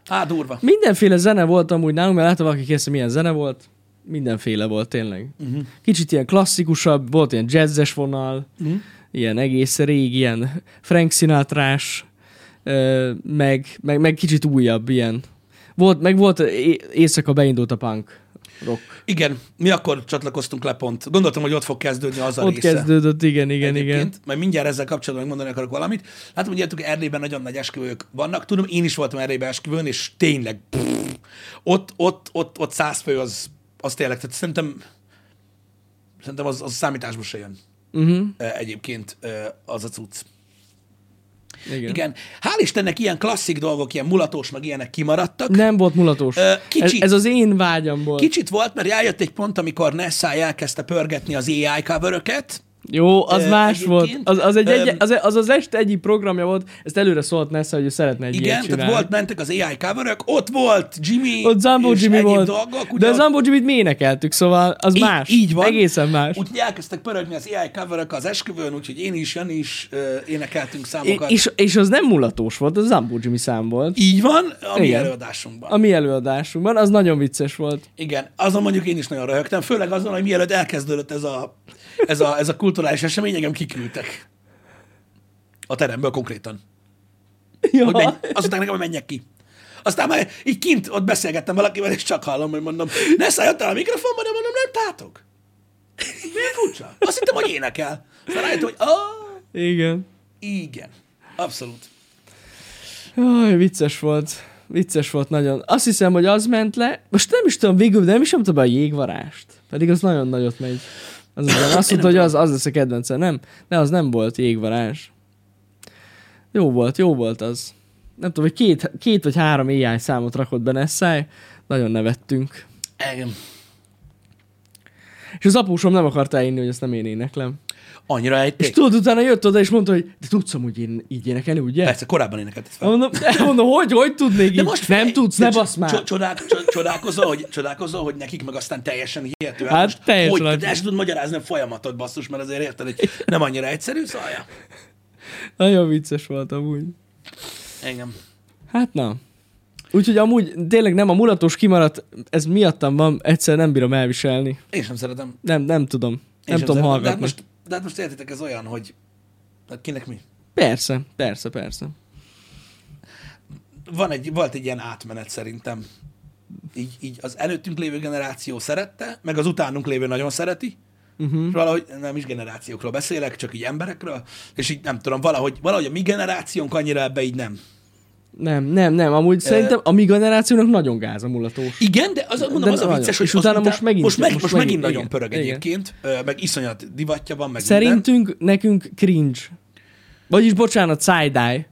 A: Hát durva.
B: Mindenféle zene volt amúgy nálunk, mert láttam, valaki kérdezte, milyen zene volt. Mindenféle volt tényleg. Uh-huh. Kicsit ilyen klasszikusabb, volt ilyen jazzes vonal,
A: Mhm.
B: uh-huh. ilyen egész régi, ilyen Frank sinatra meg, meg, meg kicsit újabb ilyen. Volt, meg volt é- éjszaka beindult a punk rock.
A: Igen, mi akkor csatlakoztunk le pont. Gondoltam, hogy ott fog kezdődni az a
B: Ott
A: része.
B: kezdődött, igen, igen, igen.
A: Majd mindjárt ezzel kapcsolatban megmondani akarok valamit. Látom, hogy ilyettük Erdélyben nagyon nagy esküvők vannak. Tudom, én is voltam Erdélyben esküvőn, és tényleg pff, ott, ott, ott, ott száz fő az, az tényleg. Tehát szerintem, szerintem az, az számításba se jön
B: Uh-huh.
A: eh, egyébként eh, az a cucc.
B: igen. igen.
A: Igen. Hál' Istennek ilyen klasszik dolgok, ilyen mulatós, meg ilyenek kimaradtak.
B: Nem volt mulatós.
A: Ö, kicsi-
B: ez, ez az én vágyam volt.
A: Kicsit volt, mert eljött egy pont, amikor Nessai elkezdte pörgetni az AI coveröket,
B: Jó, az
A: Ö,
B: Ö, más
A: egyébként,
B: volt. Az az, egy,
A: öm,
B: egy, az, az az este egyik programja volt, ezt előre szólt Nessa, hogy ő szeretne egy
A: Igen,
B: ilyet
A: tehát
B: csinálni.
A: volt, mentek az AI coverök, ott volt Jimmy,
B: Ott Zambó
A: és
B: Jimmy
A: egyéb
B: volt.
A: dolgok,
B: de
A: ugye
B: a
A: ott-
B: Zambó Jimmy-t mi énekeltük, szóval az
A: Így-
B: más.
A: így van.
B: Egészen más.
A: Úgyhogy elkezdtek pörögni az AI coverök az esküvőn, úgyhogy én is, Jani is ö, énekeltünk
B: É-
A: számokat.
B: és, és az nem mulatós volt, az Zambó Jimmy szám volt.
A: Így van, a mi
B: Igen.
A: előadásunkban.
B: A mi előadásunkban, az nagyon vicces volt.
A: Igen, azon mondjuk én is nagyon röhögtem, főleg azon, hogy mielőtt elkezdődött ez a, ez a, ez a kulturális esemény, engem kiküldtek. A teremből konkrétan.
B: Ja.
A: Hogy menj, azután nekem hogy menjek ki. Aztán már így kint ott beszélgettem valakivel, és csak hallom, hogy mondom, ne szálljatok a mikrofonba, de mondom, nem tátok. Milyen furcsa? Azt hittem, hogy énekel. Aztán rájöttem, hogy ah,
B: Igen.
A: igen. Abszolút.
B: Jaj, vicces volt. Vicces volt nagyon. Azt hiszem, hogy az ment le. Most nem is tudom, végül nem is nyomta be a jégvarást. Pedig az nagyon nagyot megy. Az igen. Azt mondta, hogy az, az lesz a kedvence. Nem, de az nem volt jégvarázs. Jó volt, jó volt az. Nem tudom, hogy két, két vagy három éjjány számot rakott be Nessai. Nagyon nevettünk.
A: Engem.
B: És az apósom nem akarta elhinni, hogy ezt nem én éneklem.
A: Annyira
B: És
A: ejték.
B: tudod, utána jött oda, és mondta, hogy de tudsz amúgy én, így énekelni, ugye?
A: Persze, korábban énekelt ezt fel.
B: Mondom, mondom, hogy, hogy tudnék így? nem tudsz, ne
A: de
B: basz
A: cso-
B: már.
A: cso- Csodák, cso- csodálkozol, hogy, csodálkozol, hogy nekik meg aztán teljesen hihető.
B: Hát
A: most
B: teljesen
A: Hogy,
B: nagy-
A: de el sem tudod magyarázni a folyamatot, basszus, mert azért érted, hogy nem annyira egyszerű, szóval ja.
B: Nagyon vicces volt amúgy.
A: Engem.
B: Hát na. Úgyhogy amúgy tényleg nem a mulatos kimaradt, ez miattam van, egyszer nem bírom elviselni.
A: Én sem szeretem. Én
B: Nem, nem tudom. nem
A: sem
B: tudom
A: szeretem. De
B: hallgatni.
A: hát, most, de hát most értitek, ez olyan, hogy hát kinek mi?
B: Persze, persze, persze.
A: Van egy, volt egy ilyen átmenet szerintem. Így, így az előttünk lévő generáció szerette, meg az utánunk lévő nagyon szereti,
B: Uh-huh.
A: és valahogy nem is generációkról beszélek, csak így emberekről, és így nem tudom, valahogy, valahogy a mi generációnk annyira ebbe így nem.
B: Nem, nem, nem. Amúgy szerintem a mi generációnak nagyon gáz a mulatós.
A: Igen, de az, mondom,
B: De
A: az a
B: nagyon.
A: vicces, hogy
B: És utána most megint-
A: most, meg,
B: most
A: most, megint,
B: megint,
A: nagyon
B: igen,
A: pörög
B: igen.
A: egyébként, ö, meg iszonyat divatja van, meg minden.
B: Szerintünk nekünk cringe. Vagyis bocsánat, side-eye.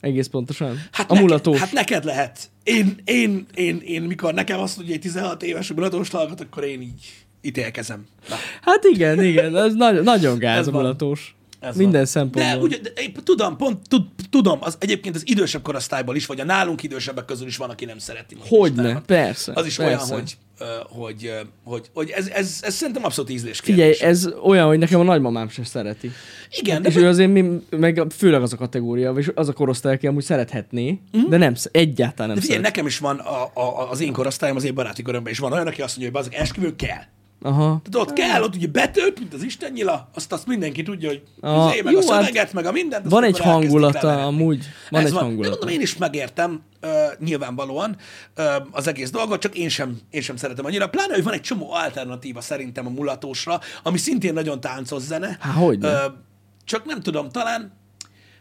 B: Egész pontosan.
A: Hát
B: a
A: neked-
B: mulatós.
A: Hát neked lehet. Én, én, én, én, mikor nekem azt mondja, hogy 16 éves a mulatóst hallgat, akkor én így ítélkezem. Na,
B: Hát igen, igen, ez nagy, nagyon gáz
A: Ez
B: a
A: van.
B: mulatós.
A: ez
B: Minden
A: van.
B: szempontból.
A: De, ugye, de én tudom, pont tud, tudom, az egyébként az idősebb korosztályból is, vagy a nálunk idősebbek közül is van, aki nem szereti. mondjuk
B: Hogyne,
A: Istenet.
B: persze.
A: Az is
B: persze.
A: olyan, hogy, ö, hogy, ö, hogy, hogy ez, ez, ez szerintem abszolút ízlés
B: Figyelj, ez olyan, hogy nekem a nagymamám sem szereti.
A: Igen,
B: De és
A: de
B: ő azért, mi, meg a- főleg az a kategória, és az a korosztály, aki amúgy szerethetné, mm. de nem, sz- egyáltalán nem
A: Mhm. De figyelj,
B: szeret.
A: nekem is van a, a, az én korosztályom, az én baráti körömben is van olyan, aki azt mondja, hogy bazeg, esküvő kell.
B: Aha.
A: Tehát ott kell, ott ugye betölt, mint az Isten nyila, azt, azt mindenki tudja, hogy
B: Ah,
A: az meg
B: jó,
A: a
B: hát
A: szöveget, meg a mindent. azt
B: Van egy
A: akkor elkezdik
B: hangulata
A: leveretni.
B: amúgy. Van
A: Ez
B: egy
A: De
B: hangulata.
A: mondom, én is megértem uh, nyilvánvalóan uh, az egész dolgot, csak én sem, én sem szeretem annyira. Pláne, hogy van egy csomó alternatíva szerintem a mulatósra, ami szintén nagyon táncos zene.
B: Há, hogyne.
A: Ö, csak nem tudom, talán,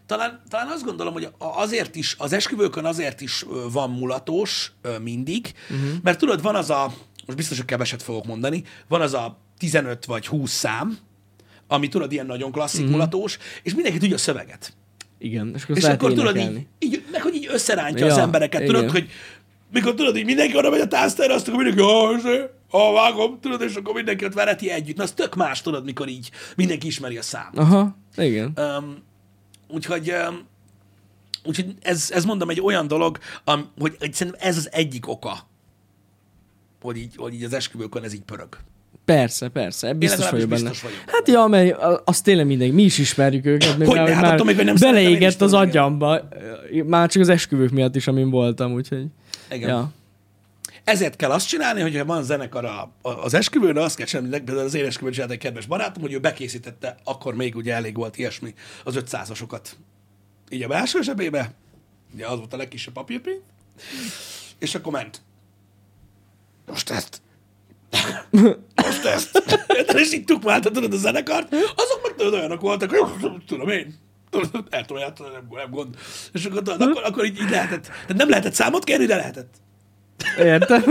A: talán, talán azt gondolom, hogy a- azért is, az esküvőkön azért is ö, van mulatós ö, mindig,
B: Mhm.
A: uh-huh. mert tudod, van az a, most biztos, hogy keveset fogok mondani, van az a 15 vagy 20 szám, ami tudod, ilyen nagyon klasszik
B: Mhm.
A: uh-huh. mulatós, és mindenki tudja a szöveget.
B: Igen, és akkor,
A: És
B: és lehet
A: akkor tudod,
B: énekelni.
A: így, így, meg hogy így összerántja
B: Ja,
A: az embereket, tudod,
B: igen.
A: hogy mikor tudod, hogy mindenki oda megy a tásztára, azt akkor mindenki, ah, izé, ah, vágom, tudod, és akkor mindenki ott vereti együtt. Na, az tök más, tudod, mikor így mindenki ismeri a számot.
B: Aha, igen.
A: Um, úgyhogy, um, úgyhogy ez, ez mondom egy olyan dolog, am, hogy, hogy szerintem ez az egyik oka, hogy így, hogy így az esküvőkön ez így pörög.
B: Persze, persze, biztos
A: legalábbis
B: vagyok benne.
A: biztos vagyok
B: Hát ja, mert a- azt tényleg mindenki, mi is ismerjük őket, még
A: Hogyne,
B: már,
A: hát
B: már
A: attól még, hogy nem szeretem, én is
B: beleégett az
A: tudom, igen.
B: agyamba, ö, már csak az esküvők miatt is, amin voltam, úgyhogy.
A: Igen.
B: Ja.
A: Ezért kell azt csinálni, hogyha van zenekar a, a, az esküvőn, azt kell csinálni, például az én esküvőn csinált egy kedves barátom, hogy ő bekészítette, akkor még ugye elég volt ilyesmi, az 500-asokat. Így a belső zsebébe, ugye az volt a legkisebb papírpénz, és akkor ment. Most ezt. Most ezt. Érted? És így tukmálta, tudod, a zenekart. Azok meg tudod, olyanok voltak, hogy tudom én. Tudod, El tudom játszani, nem, nem gond. És akkor, tudod, akkor, akkor így, így lehetett. Tehát nem lehetett számot kérni, de lehetett.
B: Értem?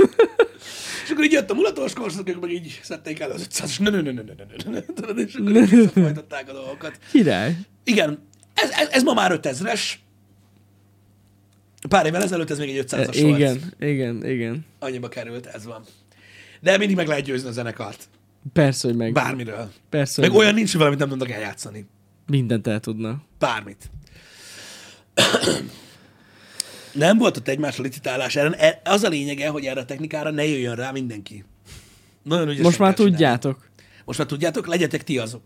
A: És akkor így jött a mulatos korszak, ők meg így szedték el az 500 és ne ne ne ne ne ne ne ne tudod, és akkor így visszafajtották a dolgokat.
B: Király.
A: Igen, ez, ez, ez ma már 5000-es. Pár évvel ezelőtt ez még egy 500-as volt.
B: E, Igen, igen, igen.
A: Annyiba került, ez van. De mindig meg lehet győzni a zenekart.
B: Persze, hogy meg.
A: Bármiről.
B: Persze,
A: Meg
B: hogy
A: olyan nincs, hogy valamit nem tudnak eljátszani.
B: mindent el tudna.
A: Bármit. Nem volt ott egymás licitálás ellen. E- Az a lényege, hogy erre a technikára ne jöjjön rá mindenki. Nagyon ügyesen
B: Most már
A: kell csinálni.
B: tudjátok.
A: Most már tudjátok, legyetek ti azok,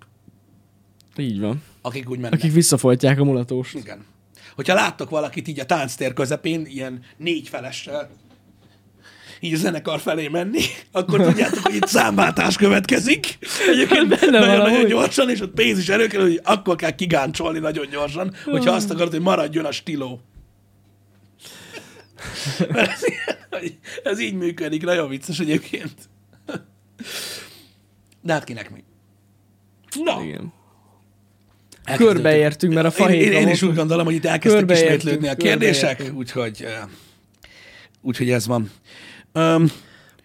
B: Így van.
A: akik úgy mennek.
B: Akik visszafolytják a mulatóst.
A: Igen. Hogyha láttok valakit így a tánctér közepén, ilyen négy felessel, így a zenekar felé menni, akkor tudjátok, hogy itt számváltás következik. Egyébként
B: Benne van
A: nagyon-nagyon
B: amúgy.
A: gyorsan, és ott pénz is erő kell, hogy akkor kell kigáncsolni nagyon gyorsan, hogyha azt akarod, hogy maradjon a stíló. Mert ez, ilyen, hogy ez így működik, nagyon vicces egyébként. De hát kinek mi? Na,
B: Igen.
A: Elkezdődött.
B: Körbeértünk, mert a
A: Én, én,
B: fahéjra
A: én is
B: volt.
A: úgy gondolom, hogy itt elkezdtek
B: Körbeértünk,
A: ismétlődni a kérdések,
B: körbeértünk.
A: úgyhogy, eh, úgyhogy ez van. Um,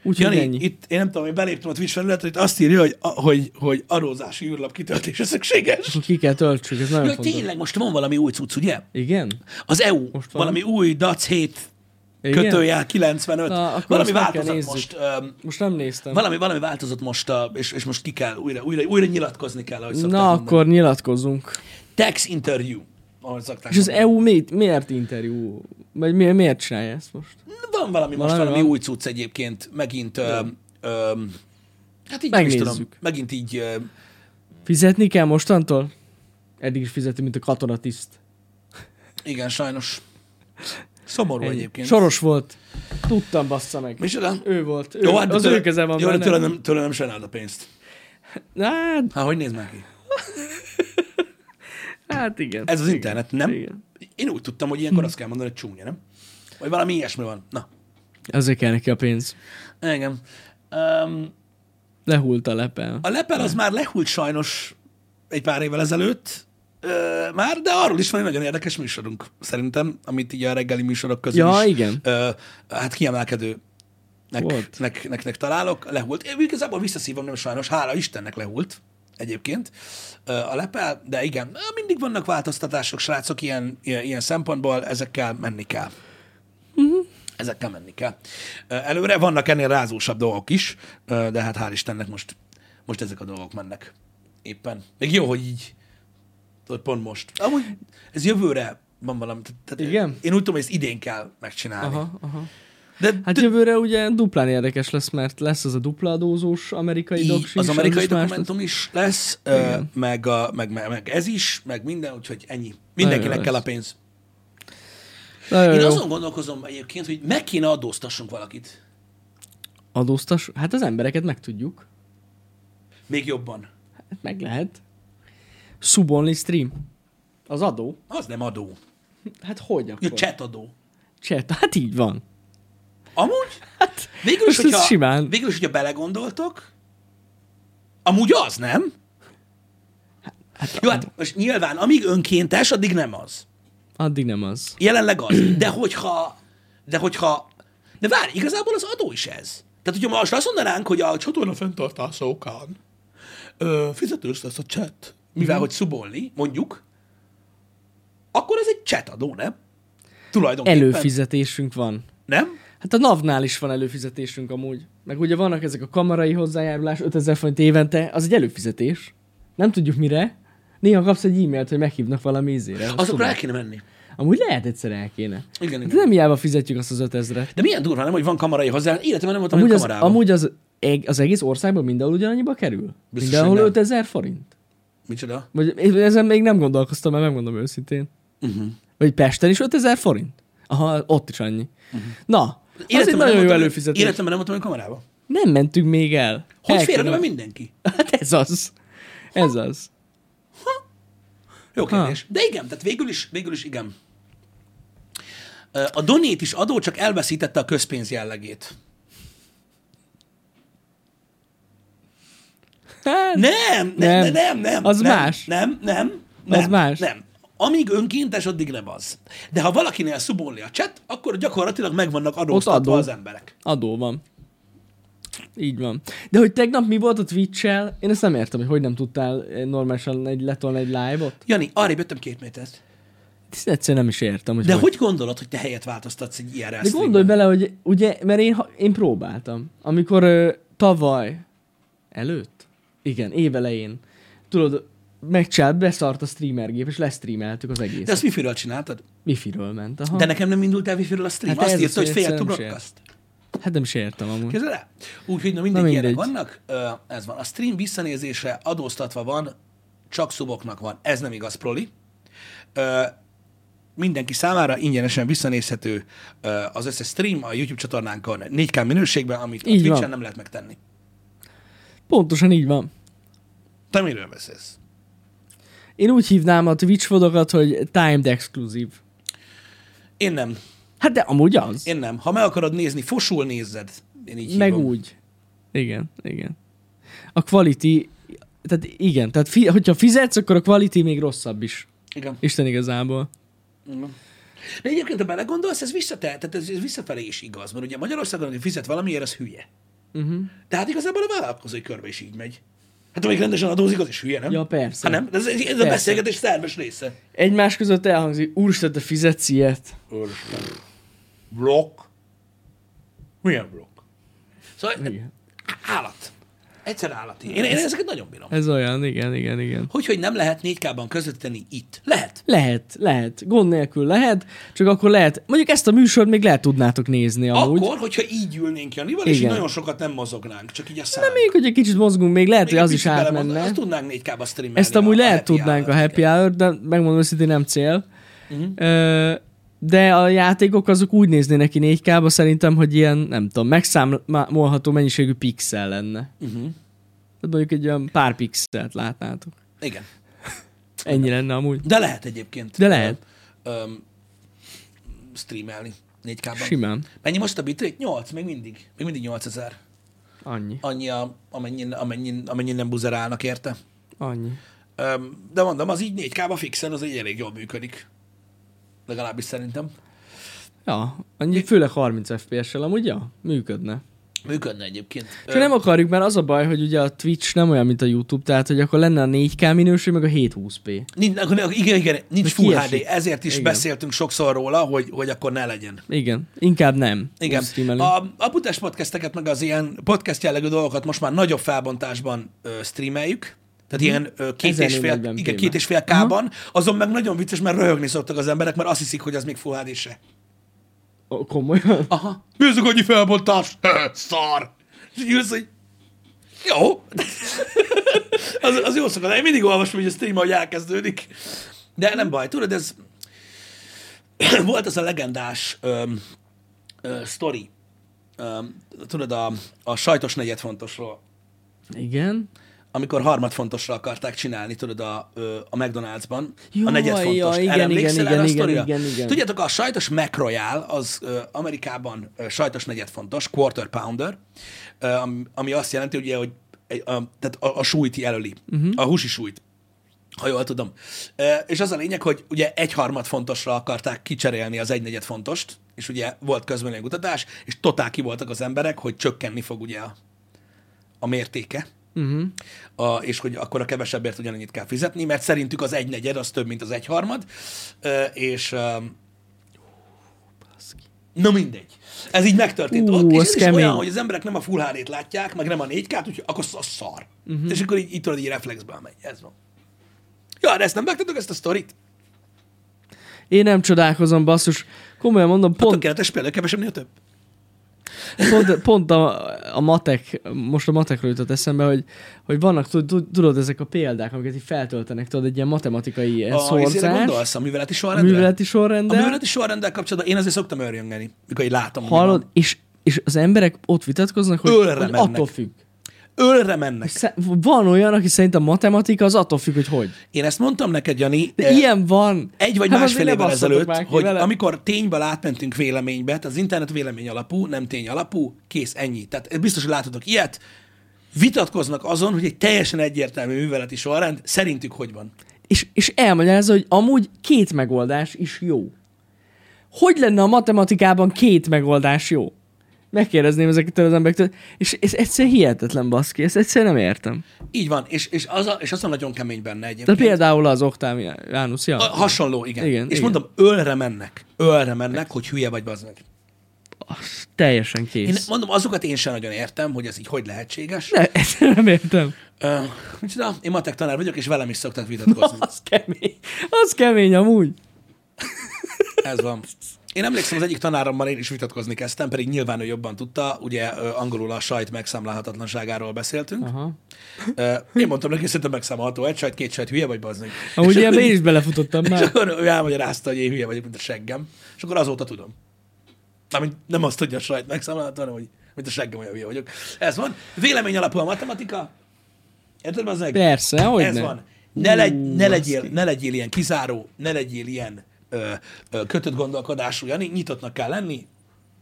B: Úgyhogy
A: Jani,
B: ennyi.
A: itt én nem tudom, én beléptem a Twitch felületre, itt azt írja, hogy, a- hogy, hogy arózási űrlap kitöltése szükséges.
B: Ki kell töltsük, ez nagyon
A: Ja,
B: fontos.
A: tényleg, most van valami új cucc, ugye?
B: Igen?
A: Az EU,
B: Most van.
A: valami új DAC 7
B: Igen?
A: kötőjel 95.
B: Na, akkor
A: valami
B: azt meg kell
A: változott
B: nézzük.
A: most. Um,
B: Most nem néztem.
A: valami, valami változott most, uh, és, és most ki kell, újra, újra, újra nyilatkozni kell, ahogy szokták
B: Na,
A: mondani.
B: akkor nyilatkozzunk.
A: Tax interview. Ahogy szokták
B: És az
A: mondani.
B: EU mit, miért interjú? Vagy mi, miért csinálja ezt most?
A: Van valami most
B: Valami
A: valami
B: van.
A: új cucc egyébként, megint... Öm, öm, hát így nem is tudom,
B: Megnézzük.
A: megint így... Öm,
B: Fizetni kell mostantól? Eddig is fizetni, mint a katonatiszt.
A: igen, sajnos. Szomorú Ennyi. egyébként.
B: Soros volt. Tudtam, bassza meg.
A: Micsoda?
B: Ő volt. Ő,
A: Jó,
B: jó,
A: hát de
B: az
A: tőle-
B: ő keze van
A: Jó, de
B: benne.
A: tőlem nem, tőlem nem sajnálod a pénzt.
B: Hát,
A: Hát, hogy néz meg ki?
B: hát igen.
A: Ez az
B: igen.
A: internet, nem?
B: Igen. Hm.
A: Én úgy tudtam, hogy ilyenkor azt kell mondani, hogy csúnya, nem? Vagy valami ilyesmi van. Na,
B: Azért kell neki a pénz.
A: igen. Um,
B: Lehult a lepel.
A: a lepel az már lehult sajnos egy pár évvel ezelőtt, ö, már, de arról is van egy nagyon érdekes műsorunk, szerintem, amit így a reggeli műsorok közül
B: Ja,
A: is
B: igen.
A: ö, hát kiemelkedő nek,
B: Volt.
A: nek, nek, nek találok, lehult. Én igazából visszaszívom, nem sajnos, hála Istennek lehult egyébként ö, a lepel, de igen, ö, mindig vannak változtatások, srácok, ilyen, ilyen, ilyen szempontból ezekkel menni kell. Ezekkel menni kell. Ö, Előre vannak ennél rázósabb dolgok is, ö, de hát hál' Istennek most, most ezek a dolgok mennek éppen. Még jó, hogy így, tudod, pont most. Amúgy ez jövőre van valami. teh- Tehát
B: Igen?
A: Én úgy tudom, hogy ezt idén kell megcsinálni.
B: Aha, aha.
A: De,
B: Hát
A: de
B: jövőre ugye duplán érdekes lesz, mert lesz az a dupla adózós amerikai
A: így
B: doksi
A: az
B: is,
A: amerikai
B: is más lesz.
A: dokumentum is lesz, ö, meg, a, meg, meg, meg ez is, meg minden, úgyhogy ennyi. Mindenkinek
B: Nagyon
A: kell a
B: lesz.
A: pénz.
B: Nagyon
A: Én
B: jó.
A: azon gondolkozom egyébként, hogy meg kéne adóztassunk valakit.
B: Adóztas... Hát az embereket meg tudjuk.
A: Még jobban.
B: Hát meg lehet. Subonly stream. Az adó?
A: Az nem adó.
B: Hát hogy akkor?
A: Jó, chat adó.
B: Chat. Hát így van.
A: Amúgy?
B: Hát
A: Végül is,
B: most ez
A: hogyha,
B: simán.
A: végül is, hogyha belegondoltok, amúgy az, nem? Hát, Jó, hát most nyilván, amíg önkéntes, addig nem az.
B: Addig nem az.
A: Jelenleg az. De hogyha... De hogyha... De várj, igazából az adó is ez. Tehát, hogyha most azt mondanánk, hogy a csatorna fenntartása okán ö, fizetős lesz a chat, mivel
B: Mhm.
A: hogy szubolni, mondjuk, akkor ez egy chat adó, nem? Tulajdonképpen.
B: Előfizetésünk van.
A: Nem?
B: Hát a NAV-nál is van előfizetésünk amúgy. Meg ugye vannak ezek a kamarai hozzájárulás, 5000 forint évente, az egy előfizetés. Nem tudjuk mire. Néha kapsz egy e-mailt, hogy meghívnak valami ízére. azt
A: Azokra
B: tudod.
A: el kéne menni.
B: Amúgy lehet egyszer el kéne.
A: Igen,
B: Hát
A: igen.
B: nem hiába fizetjük azt az 5000-et.
A: De milyen durva, nem, hogy van kamerai hozzá? Életemben nem voltam
B: Amúgy,
A: egy
B: az,
A: kamerában.
B: amúgy az, eg- az egész országban mindenhol ugyanannyiba kerül?
A: Biztos,
B: Biztos,
A: hogy
B: mindenhol
A: nem.
B: 5000 forint?
A: Micsoda?
B: Vagy én ezen még nem gondolkoztam, mert megmondom őszintén.
A: Uh-huh.
B: Vagy Pesten is 5000 forint? Aha, ott is annyi. Uh-huh. Na, az egy
A: Életemben
B: nagyon
A: Mhm. nem
B: jó
A: voltam-
B: előfizetés.
A: Életemben nem voltam egy kamerába.
B: Nem mentünk még el.
A: Hogy
B: El
A: félre
B: kellene-
A: be mindenki?
B: Hát ez az. Ez az.
A: Jó kérdés. De igen, tehát végül is, végül is igen. Ö, A donét is adó, csak elveszítette a közpénz jellegét.
B: Hát,
A: Nem, nem, nem,
B: Nem.
A: nem. nem
B: Az
A: nem,
B: más.
A: Nem, nem, nem.
B: Az más.
A: Nem. Amíg önkéntes, addig nem az. De ha valakinél szubonli a chat, akkor gyakorlatilag meg vannak adóztatva
B: adó.
A: az emberek.
B: Adó van. Így van. De hogy tegnap mi volt a Twitch-el, én ezt nem értem, hogy hogy nem tudtál eh, normálisan egy, letolni egy live-ot.
A: Jani, arrébb jöttem két métert.
B: Ezt egyszerűen nem is értem, hogy
A: De
B: hogy.
A: hogy gondolod, hogy te helyet változtatsz egy ilyen
B: De
A: wrestling-ben?
B: gondolj bele, hogy ugye, mert én, ha- én próbáltam, amikor ö, tavaly előtt, igen, évelején, tudod, megcsinált, beszart a streamergép, és lesztreameltük az
A: De
B: egészet.
A: ezt wifi-ről csináltad?
B: Wifi-ről ment, aha.
A: De
B: De
A: nekem nem indult el wifi-ről a stream.
B: Hát
A: Hát Azt
B: ez
A: írta,
B: az,
A: hogy
B: hogy
A: fail to
B: egyszerűen sem.
A: broadcast.
B: Hát nem is értem amúgy.
A: Képzeld el? Úgyhogy na mindegy,
B: Na
A: ilyenek
B: mindegy.
A: vannak. Ö, ez van. A stream visszanézése adóztatva van, csak szuboknak van. Ez nem igaz, Proli. Ö, mindenki számára ingyenesen visszanézhető ö, az összes stream a YouTube csatornánkon 4K minőségben, amit a
B: Így van.
A: Twitch-en nem lehet megtenni.
B: Pontosan így van.
A: Te miről beszélsz?
B: Én úgy hívnám a Twitch vodokat, hogy timed exclusive.
A: Én nem.
B: Hát de amúgy az.
A: Én nem. Ha meg akarod nézni, fosul nézzed. Én így
B: Meg
A: hívom.
B: úgy. Igen, igen. A quality tehát igen, tehát fi, hogyha fizetsz, akkor a quality még rosszabb is.
A: Igen.
B: Isten igazából.
A: De egyébként, ha belegondolsz, ez, visszate, tehát ez, ez visszafelé is igaz, mert ugye Magyarországon, aki fizet valamiért, az hülye.
B: Uh-huh.
A: Tehát igazából a vállalkozói körbe is így megy. Hát amelyik rendesen adózik, az is hülye, nem?
B: Ja, persze.
A: Hát nem? Ez, ez a
B: Persze.
A: beszélgetés szerves része.
B: Egymás között elhangzik, úristen, te fizetsz ilyet.
A: Úristen. Blokk. Milyen blokk? Szóval
B: Igen.
A: állat. Egyszer állat. Én, én ezeket nagyon bírom.
B: Ez olyan, igen, igen, igen.
A: Hogy, hogy nem lehet 4K-ban közvetíteni itt? Lehet.
B: Lehet, lehet. Gond nélkül lehet, csak akkor lehet. Mondjuk ezt a műsort még lehet tudnátok nézni amúgy.
A: Akkor, hogyha így ülnénk Janival, és így
B: Igen.
A: nagyon sokat nem mozognánk, csak így a szám.
B: Nem, még, hogy egy kicsit mozgunk, még lehet,
A: Még
B: hogy
A: egy
B: Hát az is
A: picit belemozgunk.
B: átmenne.
A: Azt tudnánk 4K-ba streamelni.
B: Ezt amúgy
A: a- a
B: lehet
A: happy
B: tudnánk a
A: hour-t.
B: happy hour de megmondom őszintén nem cél.
A: Mhm.
B: Ö, De a játékok azok úgy néznének ki 4 k szerintem, hogy ilyen, nem tudom, megszámolható mennyiségű pixel lenne.
A: Mhm.
B: Uh-huh. Tehát mondjuk egy olyan pár pixelt látnátok.
A: Igen.
B: Ennyi lenne amúgy.
A: De lehet egyébként.
B: De lehet.
A: Öm, öm, streamelni 4K-ban.
B: Simán.
A: Mennyi most a bitrate? 8, még mindig. Még mindig 8000.
B: Annyi.
A: Annyi, a- amennyin, amennyin, amennyin nem buzerálnak érte.
B: Annyi.
A: Öm, de mondom, az így 4K-ba fixen, az így elég jól működik. Legalábbis szerintem.
B: Ja, annyi, főleg 30 FPS-sel amúgy, ja, működne.
A: Működne egyébként.
B: Csak nem akarjuk, mert az a baj, hogy ugye a Twitch nem olyan, mint a YouTube, tehát hogy akkor lenne a 4K minőség, meg a 720p.
A: Nincs, akkor ne- igen, igen, nincs
B: Hogy
A: Full HD,
B: kiesik.
A: ezért is
B: Igen.
A: igen. beszéltünk sokszor róla, hogy, hogy akkor ne legyen.
B: Igen, inkább nem.
A: Igen.
B: Úgy streamelünk.
A: A aputás podcasteket, meg az ilyen podcast jellegű dolgokat most már nagyobb felbontásban ö, streameljük. Tehát ilyen ö, két és, fél,
B: 1040p-ben.
A: igen, két és fél kában, azon meg nagyon vicces, mert röhögni szoktak az emberek, mert azt hiszik, hogy az még Full HD se.
B: Ó, Komolyan?
A: Aha. Nézzük, annyi felbontás. Szar. És így ülsz, hogy jó. az, az jó szokott. Én mindig olvasom, hogy a stream, ahogy elkezdődik. De nem baj, tudod, ez... Volt az a legendás öm, ö, sztori, öm, tudod, a, a sajtos negyedfontosról,
B: Igen.
A: amikor harmadfontosra akarták csinálni, tudod, a, ö, a McDonald's-ban, a
B: Jaj,
A: negyedfontos.
B: jaj, igen, igen,
A: erre a
B: igen,
A: sztorira?
B: igen, igen, igen.
A: Tudjátok, a sajtos McRoyal, az ö, Amerikában ö, sajtos negyedfontos, quarter pounder, ö, ami, ami azt jelenti, ugye, hogy egy, a, tehát a, a súlyt jelöli,
B: Mhm.
A: uh-huh. a húsi súlyt ha jól tudom. Ö, És az a lényeg, hogy ugye egyharmad fontosra akarták kicserélni az egynegyed fontost, és ugye volt közben egy kutatás, és totál ki voltak az emberek, hogy csökkenni fog ugye a, a mértéke,
B: Mhm.
A: uh-huh. a, és hogy akkor a kevesebbért ugyanannyit kell fizetni, mert szerintük az egynegyed az több, mint az egyharmad, Ö, és öm, Na mindegy. Ez így megtörtént
B: Ú,
A: Ú, ott, és
B: az
A: ez is
B: kemény.
A: olyan, hogy az emberek nem a full HD-t látják, meg nem a 4K-t, úgyhogy akkor az szar.
B: Mhm.
A: Uh-huh. És akkor így, így tudod, így reflexből megy. Ez van. Ja, de ezt nem megtudtuk, ezt a sztorit? Hát
B: Én nem csodálkozom, basszus. Komolyan mondom,
A: Pont.
B: pont,
A: Tökéletes például, kevesebbnél több.
B: pont, pont a, a matek, most a matekről jutott eszembe, hogy, hogy vannak, tud- tud- tudod, ezek a példák, amiket így feltöltenek, tudod, egy ilyen matematikai ilyen
A: A izére
B: szorzás,
A: gondolsz, a műveleti
B: a
A: sorrendel?
B: műveleti
A: A
B: sorrenddel,
A: műveleti sorrendel kapcsolatban én azért szoktam örjöngeni, mikor így látom, hogy
B: hallod,
A: van.
B: és, és az emberek ott vitatkoznak, hogy,
A: Őrre
B: hogy
A: mennek.
B: attól függ.
A: Ölre mennek.
B: Sze- Van olyan, aki szerint a matematika az attól függ, hogy hogy.
A: Én ezt mondtam neked, Jani.
B: De
A: eh,
B: ilyen van.
A: egy vagy
B: Hát
A: másfél
B: azért ne
A: évvel
B: basszatok
A: ezelőtt,
B: már ki
A: hogy
B: vele.
A: amikor tényből átmentünk véleménybe, tehát az internet vélemény alapú, nem tény alapú, kész, ennyi. Tehát biztos, hogy láthatok ilyet, vitatkoznak azon, hogy egy teljesen egyértelmű műveleti sorrend szerintük hogy van.
B: És, és elmagyarázza, hogy amúgy két megoldás is jó. Hogy lenne a matematikában két megoldás jó? Megkérdezném ezeket az emberektől, és ez egyszerűen hihetetlen baszki, ezt egyszerűen nem értem.
A: Így van, és, és, az, a, és az a nagyon kemény benne egyébként.
B: De például az Octavianus, ja.
A: A- Hasonló, igen.
B: Igen,
A: és
B: igen.
A: mondom, ölre mennek. Ölre mennek, hogy hülye vagy bazd meg.
B: Az teljesen
A: Én
B: kész.
A: mondom, azokat én sem nagyon értem, hogy ez így hogy lehetséges.
B: Ne, ezt nem értem.
A: Ö, micsoda? Én matek tanár vagyok, és velem is szoktak vitatkozni.
B: Az kemény. Az kemény amúgy.
A: Ez van. Én emlékszem, az egyik tanárommal én is vitatkozni kezdtem, pedig nyilván ő jobban tudta, ugye ö, angolul a sajt megszámlálhatatlanságáról beszéltünk.
B: Aha.
A: Ö, Én mondtam neki, szerintem megszámolható egy sajt, két sajt, hülye vagy bazdmeg.
B: Amúgy
A: És
B: ilyenbe
A: akkor-
B: én is belefutottam
A: És
B: már.
A: akkor ő elmagyarázta, hogy én hülye vagyok, mint a seggem. És akkor azóta tudom. Mármint nem azt tudja a sajt megszámlálható, hanem hogy mint a seggem olyan hülye vagyok. Ez van. Vélemény alapú a matematika. Érted, bazdmeg?
B: Persze, hogy
A: Ez
B: ne.
A: van. Ne, legy, ne,
B: Ú,
A: legyél, ne legyél ilyen kizáró, ne legyél ilyen ö, ö, kötött gondolkodású, Jani, nyitottnak kell lenni,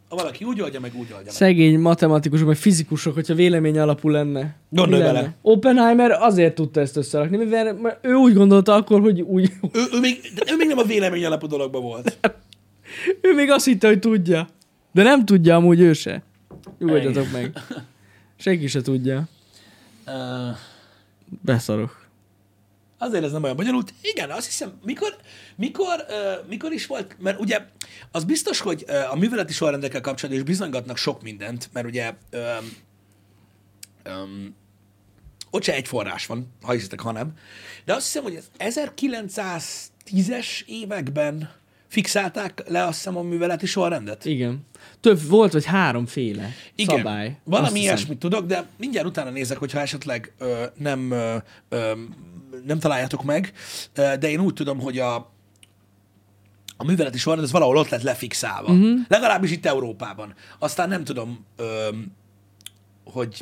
A: Ha valaki úgy oldja, meg úgy oldja meg.
B: Szegény matematikusok, meg fizikusok, hogyha vélemény alapú lenne.
A: Gondolj
B: Mi
A: bele.
B: lenne? Oppenheimer azért tudta ezt összerakni, mivel mert ő úgy gondolta akkor, hogy úgy,
A: Ő, ő, még, de ő még nem a vélemény alapú dologban volt.
B: ő még azt hitte, hogy tudja. De nem tudja amúgy ő se. Nyugodjatok meg. Senki se tudja.
A: Ö,
B: Beszarok.
A: Azért ez nem olyan bonyolult. Igen, azt hiszem, mikor, mikor, uh, mikor is volt, mert ugye az biztos, hogy uh, a műveleti sorrendekkel kapcsolatban is bizonygatnak sok mindent, mert ugye um, um, ott se egy forrás van, ha hiszitek, ha nem. De azt hiszem, hogy az 1910-es években fixálták le azt hiszem a műveleti sorrendet.
B: Igen. Több volt, vagy háromféle
A: Igen,
B: szabály. Azt
A: valami
B: hiszem.
A: ilyesmit tudok, de mindjárt utána nézek, hogyha esetleg ö, nem, ö, ö, nem találjátok meg, ö, de én úgy tudom, hogy a, a műveleti sorrend ez valahol ott lett lefixálva.
B: Mhm.
A: Uh-huh. Legalábbis itt Európában. Aztán nem tudom, ö, hogy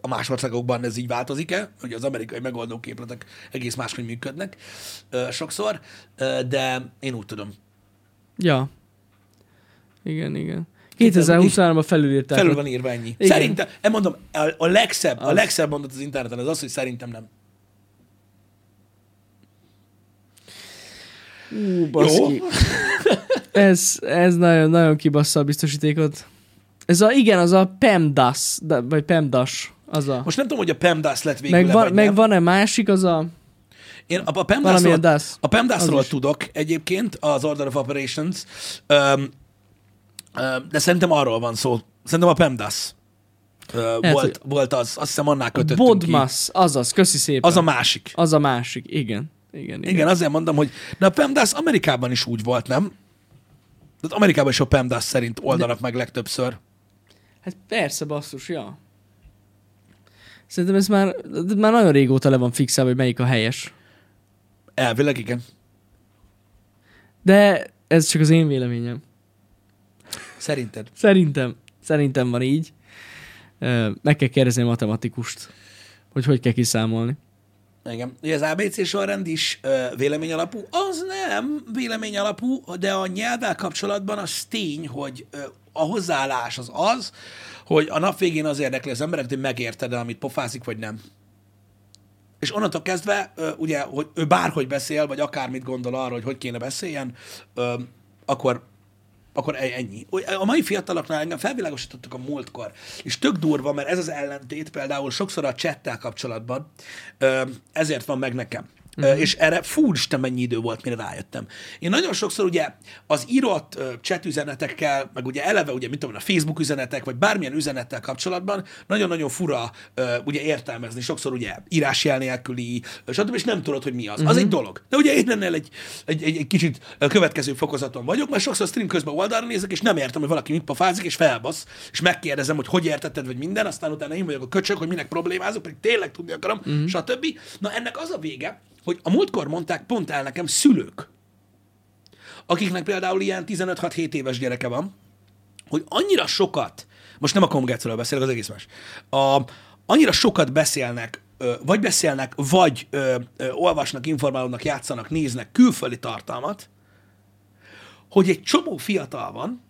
A: a más országokban ez így változik-e, hogy az amerikai megoldó képletek egész máshogy működnek ö, sokszor, ö, de én úgy tudom.
B: Ja. Igen, igen. 2023-ban felülírták.
A: Felül van írva ennyi.
B: Igen.
A: Igen. Szerintem, én mondom, a, a legszebb, az. a
B: Az.
A: legszebb mondat az interneten az az, hogy szerintem nem.
B: Ú, baszki. ez, ez nagyon, nagyon kibassza a biztosítékot. Ez a, igen, az a PEMDAS, de, vagy PEMDAS, az a.
A: Most nem tudom, hogy a PEMDAS lett végül
B: Meg,
A: le,
B: van,
A: vagy
B: meg
A: nem.
B: van-e másik, az a...
A: Én a, a
B: Valamilyen
A: PEMDAS-ról,
B: DAS.
A: a
B: Az
A: PEMDAS-ról
B: is.
A: tudok egyébként, az Order of Operations, öm, öm, de szerintem arról van szó. Szerintem a PEMDAS ö,
B: Lehet,
A: volt, volt az, azt hiszem annál kötöttünk ki.
B: Bodmas, azaz, köszi szépen.
A: Az a másik.
B: az a másik, igen. Igen, igen.
A: Igen, azért mondom, hogy de a PEMDAS Amerikában is úgy volt, nem? Tehát Amerikában is a PEMDAS szerint oldanak meg legtöbbször.
B: Hát persze, basszus, ja. Szerintem ez már, de már nagyon régóta le van fixálva, hogy melyik a helyes.
A: Elvileg igen.
B: De ez csak az én véleményem.
A: Szerinted?
B: Szerintem. Szerintem van így. Ö, Meg kell kérdezni a matematikust, hogy hogy kell kiszámolni.
A: Igen. Ugye az ABC sorrend is ö, vélemény alapú. Az nem vélemény alapú, de a nyelvvel kapcsolatban az tény, hogy ö, a hozzáállás az az, hogy a nap végén az érdekli az emberek, hogy megérted amit pofázik, vagy nem. És onnantól kezdve, ö, ugye, hogy ő bárhogy beszél, vagy akármit gondol arra, hogy hogy kéne beszéljen, ö, akkor akkor e- ennyi. Úgy- A mai fiataloknál engem felvilágosítottak a múltkor, és tök durva, mert ez az ellentét például sokszor a csettel kapcsolatban, ö, ezért van meg nekem. Uh-huh. És erre fú, Isten, mennyi idő volt, mire rájöttem. Én nagyon sokszor ugye az írott ö, chat üzenetekkel, meg ugye eleve ugye, mit tudom, én, a Facebook üzenetek, vagy bármilyen üzenettel kapcsolatban nagyon-nagyon fura ö, ugye értelmezni, sokszor ugye írásjel nélküli, ö, stb. és nem tudod, hogy mi az. Uh-huh. Az egy dolog. De ugye én ennél egy, egy, egy, egy kicsit ö, következő fokozaton vagyok, mert sokszor stream közben oldalra nézek, és nem értem, hogy valaki mit pofázik, és felbasz, és megkérdezem, hogy hogy értetted, vagy minden, aztán utána én vagyok a köcsög, hogy minek problémázok, pedig tényleg tudni akarom, uh-huh. stb. Na ennek az a vége, hogy a múltkor mondták pont el nekem szülők, akiknek például ilyen 15-6-7 éves gyereke van, hogy annyira sokat, most nem a kommunikációról beszélek, az egész más, a, annyira sokat beszélnek, ö, vagy beszélnek, vagy ö, ö, olvasnak, informálódnak, játszanak, néznek külföldi tartalmat, hogy egy csomó fiatal van,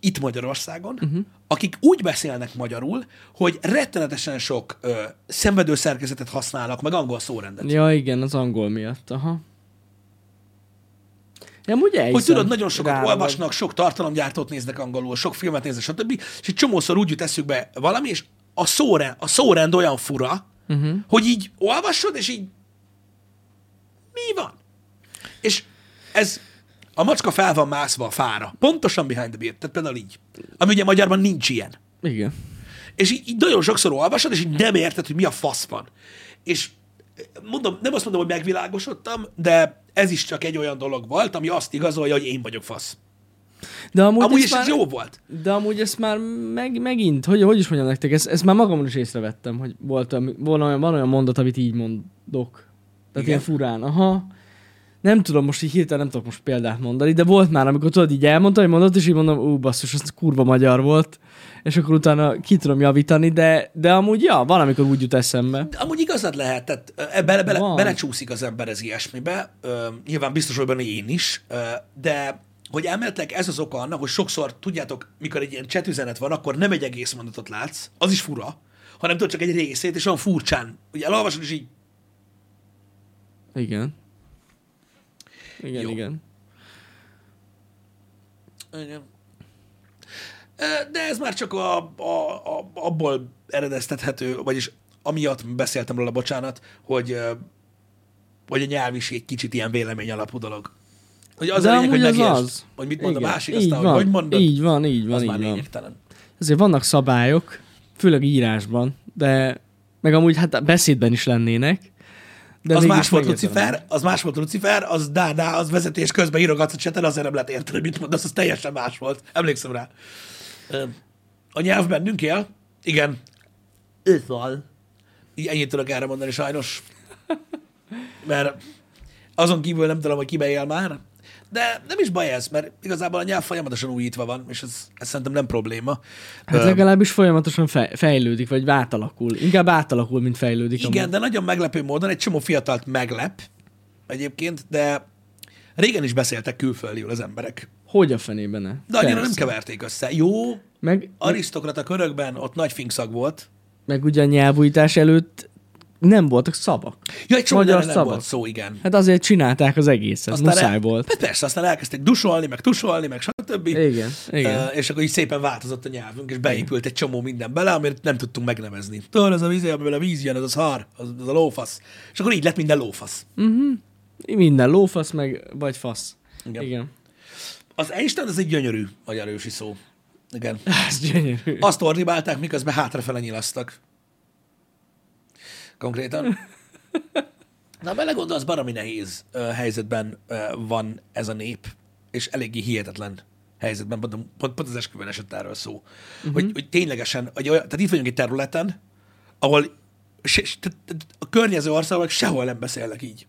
A: itt Magyarországon, uh-huh. akik úgy beszélnek magyarul, hogy rettenetesen sok ö, szenvedő szerkezetet használnak, meg angol szórendet.
B: Ja, igen, az angol miatt, aha. Ja, amúgy
A: Hogy
B: elhiszem.
A: tudod, nagyon sokat
B: Rá
A: Rába.
B: vagy.
A: olvasnak, sok tartalomgyártót néznek angolul, sok filmet néznek, stb. És egy csomószor úgy jut eszükbe valami, és a szórend, a szórend olyan fura,
B: Mhm.
A: uh-huh. hogy így olvasod, és így mi van? És ez a macska fel van mászva a fára. Pontosan behind the beard. Tehát például így. Ami ugye magyarban nincs ilyen.
B: Igen.
A: És így, így nagyon sokszor olvasod, és így nem érted, hogy mi a fasz van. És eh, mondom, nem azt mondom, hogy megvilágosodtam, de ez is csak egy olyan dolog volt, ami azt igazolja, hogy én vagyok fasz.
B: De amúgy,
A: Amúgy
B: ezt
A: is
B: már...
A: ez jó volt.
B: De amúgy ezt már meg, megint, hogy, hogy is mondjam nektek, ezt, ezt már magamon is észrevettem, hogy volt, ami- van, olyan, van olyan mondat, amit így mondok. Tehát Igen. ilyen furán, aha. Nem tudom, most így hirtelen nem tudok most példát mondani, de volt már, amikor tudod, így elmondta, hogy mondott, és így mondom, ú, basszus, az kurva magyar volt, és akkor utána ki tudom javítani, de, de amúgy, ja, van, amikor úgy jut eszembe.
A: De Amúgy igazad lehet, tehát ö, bele, bele,
B: Van.
A: belecsúszik az ember ez ilyesmibe. Ö, nyilván biztos, hogy benne én is, ö, de hogy elméletek ez az oka annak, hogy sokszor, tudjátok, mikor egy ilyen chat üzenet van, akkor nem egy egész mondatot látsz, az is fura, hanem tudod csak egy részét, és olyan furcsán. Ugye elolvasod, és így,
B: Igen. Igen,
A: Jó.
B: igen.
A: Igen. Ö, De ez már csak a, a, a, abból eredeztethető, vagyis amiatt beszéltem róla, bocsánat, hogy, ö, hogy a nyelv is egy kicsit ilyen vélemény alapú dolog. Hogy az
B: De
A: a lényeg, hogy
B: amúgy az
A: megértsd,
B: az.
A: hogy mit mond
B: Igen.
A: a másik,
B: Így
A: aztán,
B: van,
A: hogy hogy mondod,
B: Így van, így van,
A: az
B: így
A: már
B: van.
A: lényegtelen.
B: Ezért vannak szabályok, főleg írásban, de meg amúgy hát a beszédben is lennének. De
A: az
B: mégis
A: más volt
B: megértelem.
A: Lucifer, az más volt Lucifer, az dáná, az vezetés közben írogatsz a cseten, azért nem lehet érteni, mit mondasz, az teljesen más volt. Emlékszem rá. Ö, A nyelv bennünk él? Igen. Ez van. Így ennyit tudok erre mondani sajnos. Mert azon kívül nem tudom, hogy kibe él már, de nem is baj ez, mert igazából a nyelv folyamatosan újítva van, és ez, ez szerintem nem probléma.
B: Hát
A: Ö,
B: legalábbis folyamatosan fej- fejlődik, vagy átalakul. Inkább átalakul, mint fejlődik.
A: Igen, de nagyon meglepő módon egy csomó fiatalt meglep egyébként, de régen is beszéltek külföldről az emberek.
B: Hogy a fenében ne?
A: De annyira
B: Persze.
A: nem keverték össze. Jó,
B: Meg, meg,
A: arisztokrata körökben ott nagy fingszag volt.
B: meg ugye a nyelvújítás előtt nem voltak szavak.
A: Ja, egy csomó
B: Magyar
A: mindenre nem
B: szabad.
A: volt szó, igen.
B: Hát azért csinálták az egészet, Aztán muszáj
A: el-
B: volt.
A: Hát Persze, aztán elkezdték dusolni, meg tusolni, meg stb.
B: Igen, igen.
A: Uh, és akkor így szépen változott a nyelvünk, és beépült egy csomó minden bele, amit nem tudtunk megnevezni. Tudod, az a víz, amiből a víz jön, az a szar, az, az a lófasz. És akkor így lett minden lófasz.
B: Minden lófasz, meg vagy fasz.
A: Igen.
B: Igen. igen.
A: Az Einstein az egy gyönyörű magyar ősi szó. Igen.
B: Ez gyönyörű.
A: Azt ordibálták, miközben hátrafele nyilasztak. Konkrétan. Na, belegondolsz, baromi nehéz ö, helyzetben ö, van ez a nép, és eléggé hihetetlen helyzetben, pont, pont, pont az esküvőn esett erről szó.
B: Mhm.
A: Uh-huh. Hogy, hogy ténylegesen, hogy olyan, tehát itt vagyunk egy területen, ahol se, se, tehát- tehát a környező országok sehol nem beszélnek így.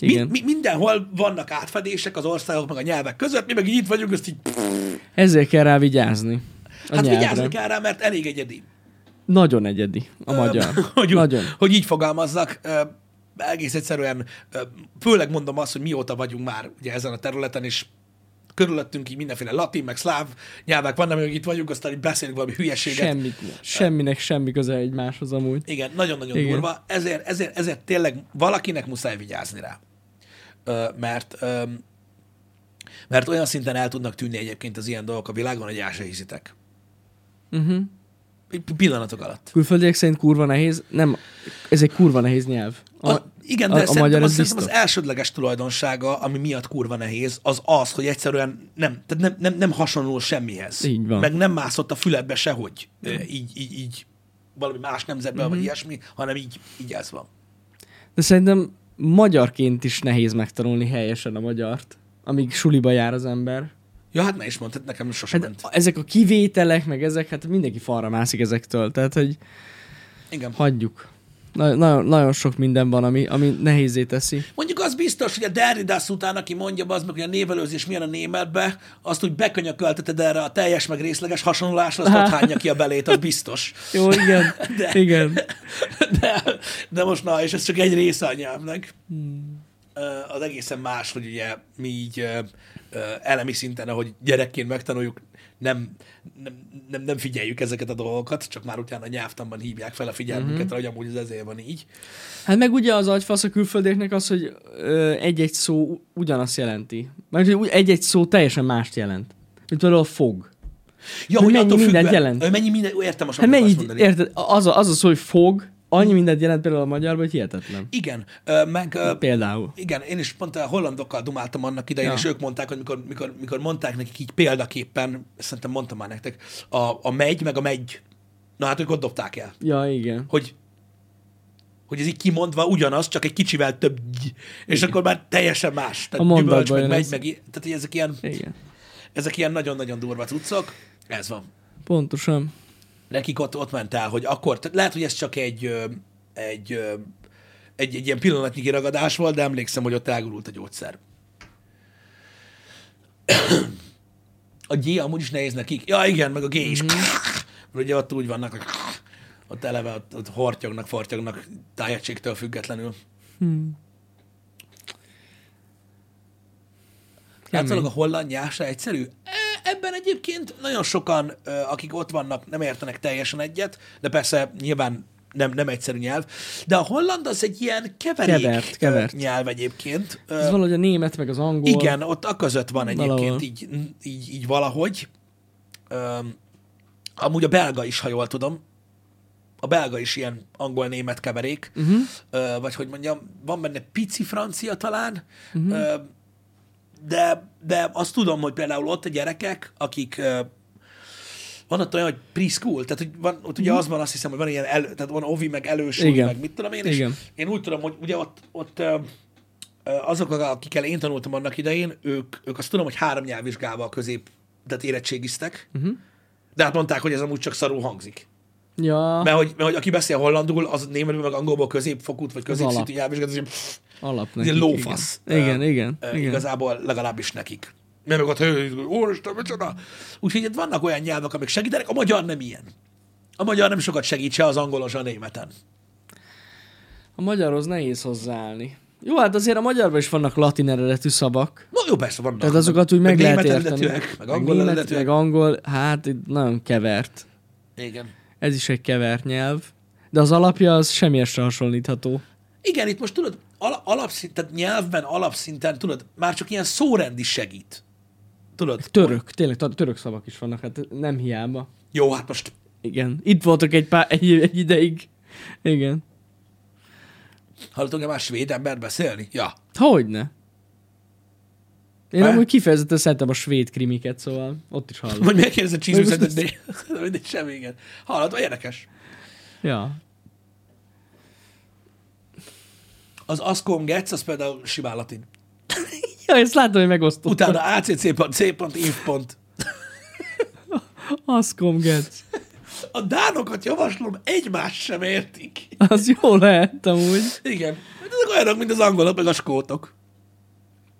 A: Mi,
B: Igen.
A: mi, mindenhol vannak átfedések az országok meg a nyelvek között, mi meg így itt vagyunk, ezt így,
B: Ezért kell rá vigyázni. A
A: hát
B: nyelvre.
A: vigyázni kell rá, mert elég egyedi.
B: Nagyon egyedi a magyar.
A: hogy,
B: Nagyon.
A: hogy így fogalmazzak, ö, egész egyszerűen, ö, főleg mondom azt, hogy mióta vagyunk már ugye ezen a területen, és körülöttünk így mindenféle latin, meg szláv nyelvek vannak, amíg itt vagyunk, aztán így beszélünk valami hülyeséget.
B: Semmit, semminek semmi köze egymáshoz amúgy.
A: Igen, nagyon-nagyon
B: Igen.
A: durva. Ezért, ezért, ezért tényleg valakinek muszáj vigyázni rá. Ö, mert, ö, mert olyan szinten el tudnak tűnni egyébként az ilyen dolgok a világon, hogy el se hiszitek.
B: Uh-huh.
A: P- Pillanatok alatt.
B: Külföldiek szerint kurva nehéz. Nem, ez egy kurva nehéz nyelv. A,
A: A, igen, de a,
B: a, a
A: szerintem,
B: magyar
A: az,
B: ez
A: szerintem az
B: biztos.
A: elsődleges tulajdonsága, ami miatt kurva nehéz, az az, hogy egyszerűen nem, tehát nem, nem, nem hasonlul semmihez.
B: Így van.
A: Meg nem mászott a füledbe sehogy. Ö, Így, így, így valami más nemzetben,
B: Mhm.
A: vagy ilyesmi, hanem így, így ez van. e-
B: De szerintem magyarként is nehéz megtanulni helyesen a magyart, amíg suliba jár az ember.
A: Ja, hát ne is mondtad, nekem sosem ment.
B: Hát ezek a kivételek, meg ezek, hát mindenki falra mászik ezektől. Tehát, hogy
A: Igen.
B: hagyjuk. Na, nagyon, nagyon sok minden van, ami, ami nehézé teszi.
A: Mondjuk az biztos, hogy a Derridas után, aki mondja az meg, hogy a névelőzés milyen a németbe, azt úgy bekönyökölteted erre a teljes meg részleges hasonlásra, azt ott hányja ki a belét, az biztos.
B: Jó, igen.
A: De-
B: De. Igen.
A: De, de most na, és ez csak egy része a nyelvnek. Ö, Az egészen más, hogy ugye mi így ö, ö, elemi szinten, ahogy gyerekként megtanuljuk, nem, nem, nem, nem figyeljük ezeket a dolgokat, csak már utána a nyelvtanban hívják fel a figyelmünket,
B: Mhm.
A: mm-hmm. hogy amúgy ez ezért van így.
B: Hát meg ugye az agyfasz a külföldieknek az, hogy ö, egy-egy szó u- ugyanazt jelenti. Mert hogy úgy- egy-egy szó teljesen mást jelent. Mint például a fog. Hát
A: Ja,
B: Hogy mennyi mindent jelent.
A: Ö, Mennyi minden, ó, értem most,
B: Hát
A: amit
B: mennyi,
A: akarsz mondani.
B: érted, az a, az a szó, hogy fog, annyi mindent jelent például a magyarban, hogy hihetetlen.
A: Igen, ö, meg... ö,
B: Például.
A: Igen, én is pont a hollandokkal dumáltam annak idején, ja.
B: Ja.
A: és ők mondták, hogy mikor, mikor, mikor mondták nekik így példaképpen, szerintem mondtam már nektek, a, a megy, meg a megy. Na hát ők ott dobták el,
B: Ja, igen.
A: hogy hogy ez így kimondva ugyanaz, csak egy kicsivel több, gy, és akkor már teljesen más. Tehát
B: A
A: gyümölcs,
B: mondatban
A: meg
B: jön
A: megy,
B: ez.
A: meg, i- tehát hogy ezek ilyen,
B: Igen.
A: ezek ilyen nagyon-nagyon durva cuccok. Ez van.
B: Pontosan.
A: Nekik ott, ott ment el, hogy akkor, tehát lehet, hogy ez csak egy, ö, egy, ö, egy, egy ilyen pillanatnyi kiragadás volt, de emlékszem, hogy ott elgurult a gyógyszer. A G amúgy is nehéz nekik. Ja, igen, meg a G is. Mm-hmm. Mert ugye ott úgy vannak, hogy ott eleve ott, ott hortyognak, fortyognak tájegységtől függetlenül. Látszólag a holland nyásra egyszerű? E, Ebben egyébként nagyon sokan, ö, akik ott vannak, nem értenek teljesen egyet, de persze nyilván nem, nem egyszerű nyelv. De a holland az egy ilyen keverék
B: Kevert,
A: kevert,
B: kevert.
A: kevert. nyelv egyébként. Ö,
B: Ez valahogy a német, meg az angol.
A: igen, ott a között van
B: Valahol.
A: egyébként így, így, így valahogy. Öm, amúgy a belga is, ha jól tudom. A belga is ilyen angol-német keverék.
B: Mhm.
A: Uh-huh. Ö, vagy hogy mondjam, van benne pici francia talán.
B: Mhm.
A: Uh-huh. Ö, de, de azt tudom, hogy például ott a gyerekek, akik ö, van ott olyan, hogy preschool, tehát hogy van, ott ugye az van, azt hiszem, hogy van ilyen, elő, tehát van ovi, meg elősúly,
B: Mhm. Igen.
A: meg mit tudom én, és
B: Igen.
A: én úgy tudom, hogy ugye ott, ott ö, ö, azok, akikkel én tanultam annak idején, ők, ők azt tudom, hogy három nyelvvizsgával közép, tehát érettségiztek,
B: Mhm.
A: uh-huh. de hát mondták, hogy ez amúgy csak szarul hangzik.
B: Ja,
A: Mert hogy, mert hogy aki beszél hollandul, az németül meg angolból középfokút, vagy
B: alap.
A: középszintű nyelvvizsgát, az ilyen-
B: alap
A: ez
B: nekik.
A: ilyen lófasz.
B: Igen,
A: Ö,
B: igen,
A: ö,
B: igen. igen.
A: Igazából legalábbis nekik. Mert meg ott, hogy úristen, micsoda. Úgyhogy itt vannak olyan nyelvek, amik segítenek, a magyar nem ilyen. A magyar nem sokat segít se az angolon, se a németen.
B: A magyarhoz nehéz hozzáállni. Jó, hát azért a magyarban is vannak latin eredetű szavak.
A: Na jó, persze vannak.
B: Tehát azokat úgy meg,
A: meg
B: lehet
A: német
B: érteni.
A: eredetűek, meg angol
B: német,
A: eredetűek.
B: Meg angol, hát itt nagyon kevert.
A: Igen.
B: Ez is egy kevert nyelv. De az alapja az semmihez se hasonlítható.
A: Igen, itt most tudod, al- alapszint, tehát nyelvben alapszinten, tudod, már csak ilyen szórend is segít. Tudod?
B: Török, tényleg t- török szavak is vannak, hát nem hiába.
A: Jó, hát most
B: Igen. Itt voltak egy pár, egy, egy ideig. Igen.
A: hallottunk-e már svéd embert beszélni? Ja.
B: Hogyne. Én
A: Há?
B: amúgy kifejezetten szeretem a svéd krimiket, szóval ott is hallom.
A: Vagy miért kérdezett
B: Vagy most
A: csizműszet, de mindegy, semmi, igen. Hallod, érdekes.
B: Ja.
A: Az Ascom Getz, az például simán latin.
B: Ja, ezt látom, hogy megosztottam.
A: Utána ACC pont, C pont, IF pont.
B: Ascom Getz.
A: A dánokat javaslom, egymást sem értik.
B: Az jó lehet amúgy.
A: Igen. Hát Ezek olyanok, mint az angolok, meg a skótok.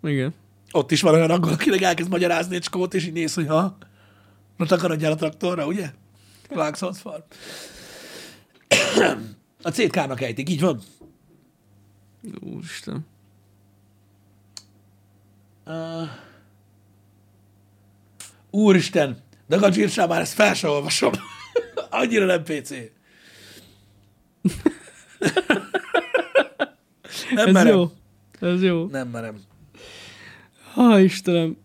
B: Igen.
A: Ott is van olyan angol, akinek elkezd magyarázni egy skót, és így néz, hogy ha, na takarodjál a traktorra, ugye? Clarkson's farm. A CK-nak ejtik, így van.
B: Úristen.
A: Uh, úristen, de a zsírsá már ezt fel sem olvasom. Annyira nem PC. nem
B: Ez
A: merem.
B: jó. Ez jó.
A: Nem merem.
B: Ha, Istenem.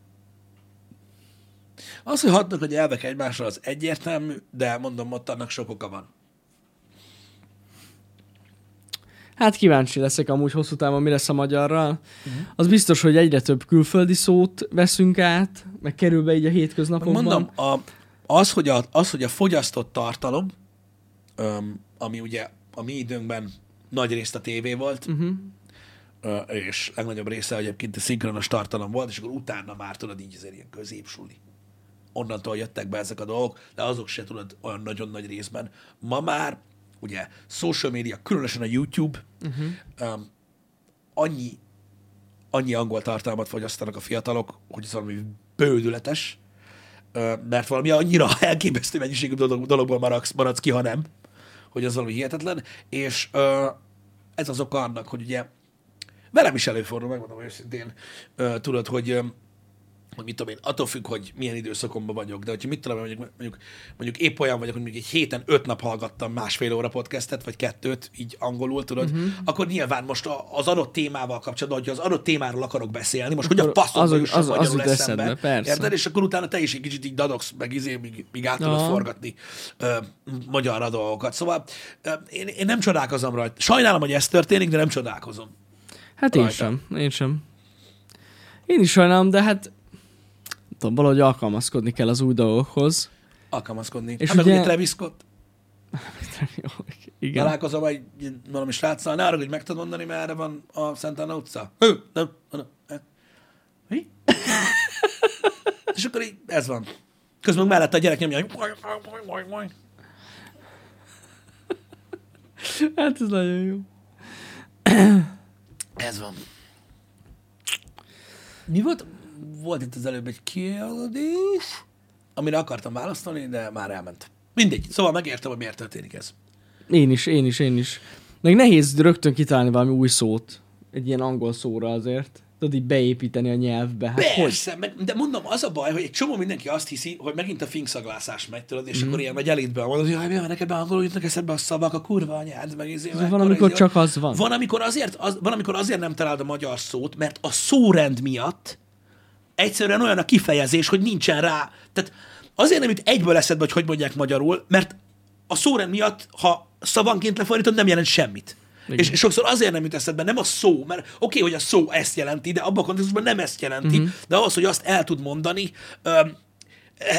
A: Az, hogy hatnak a nyelvek egymásra, az egyértelmű, de mondom, ott annak sok oka van.
B: Hát kíváncsi leszek amúgy hosszú távon, mi lesz a magyarral.
A: Mhm.
B: Az biztos, hogy egyre több külföldi szót veszünk át, meg kerül be így a hétköznapokban.
A: Mondom, a, az, hogy a, az, hogy a fogyasztott tartalom, öm, ami ugye a mi időnkben nagy részt a tévé volt, uh-huh. ö, és legnagyobb része egyébként a szinkronos tartalom volt, és akkor utána már tudod így azért ilyen középsuli. Onnantól jöttek be ezek a dolgok, de azok se tudod olyan nagyon nagy részben. Ma már ugye social media, különösen a YouTube, uh-huh. öm, annyi annyi angol tartalmat fogyasztanak a fiatalok, hogy ez valami bődületes, ö, mert valami annyira elképesztő mennyiségű dolog, dologból maradsz, maradsz ki, ha nem, hogy az valami hihetetlen, és ö, ez az oka annak, hogy ugye velem is előfordul, megmondom őszintén, ö, tudod, hogy ö, hogy mit tudom én, attól függ, hogy milyen időszakomban vagyok, de hogyha mit tudom én, mondjuk, mondjuk, mondjuk épp olyan vagyok, hogy mondjuk egy héten öt nap hallgattam másfél óra podcastet, vagy kettőt, így angolul, tudod,
B: Mhm.
A: uh-huh. akkor nyilván most a- az adott témával kapcsolatban, hogyha az adott témáról akarok beszélni, most hogy a
B: Akkor
A: faszomba
B: az-
A: jusson
B: az- az
A: magyarul
B: jut
A: eszembe,
B: eszedbe, persze.
A: érted? És akkor utána te is egy kicsit így dadogsz, meg izé, míg, míg át tudod
B: Aha.
A: forgatni ö, magyarra dolgokat. Szóval ö, én, én nem csodálkozom rajta. Sajnálom, hogy ez történik, de nem csodálkozom.
B: Hát én
A: rajta.
B: sem, én sem. Én is sajnálom, de hát nem tudom, valahogy alkalmazkodni kell az új dolgokhoz.
A: Alkalmazkodni.
B: És
A: És hát ugye...
B: ugye-
A: meg ugye Travis Scott.
B: Igen.
A: Találkozom egy egy valami sráccal, ne arra, hogy meg tudod mondani, merre van a Szent Anna utca. Ő, nem, nem, nem. Mi? És akkor így ez van. Közben meg mellette a gyerek nyomja, hogy moj, moj, moj, moj, moj.
B: Hát ez nagyon jó.
A: Ez van. Mi volt? Volt itt az előbb egy kérdés, amire akartam választani, de már elment. Mindegy. Szóval megértem, hogy miért történik ez.
B: Én is, én is, én is. Meg nehéz rögtön kitalálni valami új szót. Egy ilyen angol szóra azért. tudod így beépíteni a nyelvbe. Hát hogy?
A: Persze, meg, de mondom, az a baj, hogy egy csomó mindenki azt hiszi, hogy megint a fingszaglászás megy, tudod, és mm.
B: Mhm.
A: akkor ilyen nagy elitben van, hogy jaj, mi van neked be angolul jutnak eszedbe a szavak, a kurva anyád, meg izé, meg
B: Van,
A: akkor
B: amikor
A: izé,
B: csak az van.
A: Van amikor, azért, az, van, amikor azért nem találd a magyar szót, mert a szórend miatt egyszerűen olyan a kifejezés, hogy nincsen rá. Tehát azért nem jut egyből eszedbe, hogy hogy mondják magyarul, mert a szórend miatt, ha szavanként lefordítod, nem jelent semmit.
B: Igen.
A: És sokszor azért nem jut eszedbe, nem a szó, mert oké, okay, hogy a szó ezt jelenti, de abban a kontextusban nem ezt jelenti, uh-huh. de ahhoz, hogy azt el tud mondani, öm,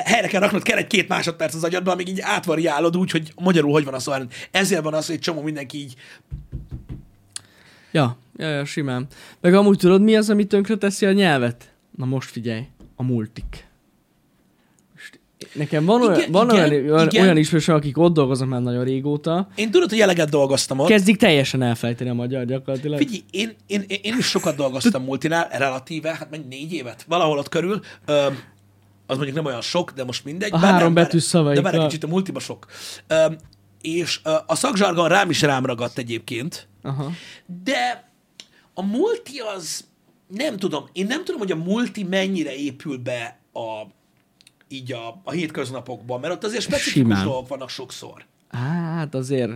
A: helyre kell raknod, kell egy-két másodperc az agyadban, amíg így átvariálod úgy, hogy magyarul hogy van a szó. Ezért van az, hogy egy csomó mindenki így
B: Ja, ja, ja, simán. Meg amúgy tudod, mi az, ami tönkre teszi a nyelvet? Na most figyelj, a multik. Most Nekem van, igen, olyan,
A: Igen,
B: van igen,
A: igen,
B: olyan, olyan,
A: igen.
B: olyan ismerősöm, akik ott dolgoznak már nagyon régóta,
A: Én tudod, hogy eleget dolgoztam ott. Kezd...
B: kezdik teljesen elfejteni a magyar gyakorlatilag.
A: Figyelj, én, én, én, én is sokat dolgoztam multinál, relatíve, hát mennyi négy évet, valahol ott körül. Öm, az mondjuk nem olyan sok, de most mindegy.
B: A
A: Bár nem,
B: három
A: bár-
B: betűs szavaikkal.
A: De már egy kicsit a multiba sok. Öm, és ö, a szakzsargon rám is rám ragadt egyébként.
B: Aha.
A: De a multi az, nem tudom, én nem tudom, hogy a multi mennyire épül be a, így a, a hétköznapokban, mert ott azért specifikus
B: Simán.
A: dolgok vannak sokszor.
B: Hát azért,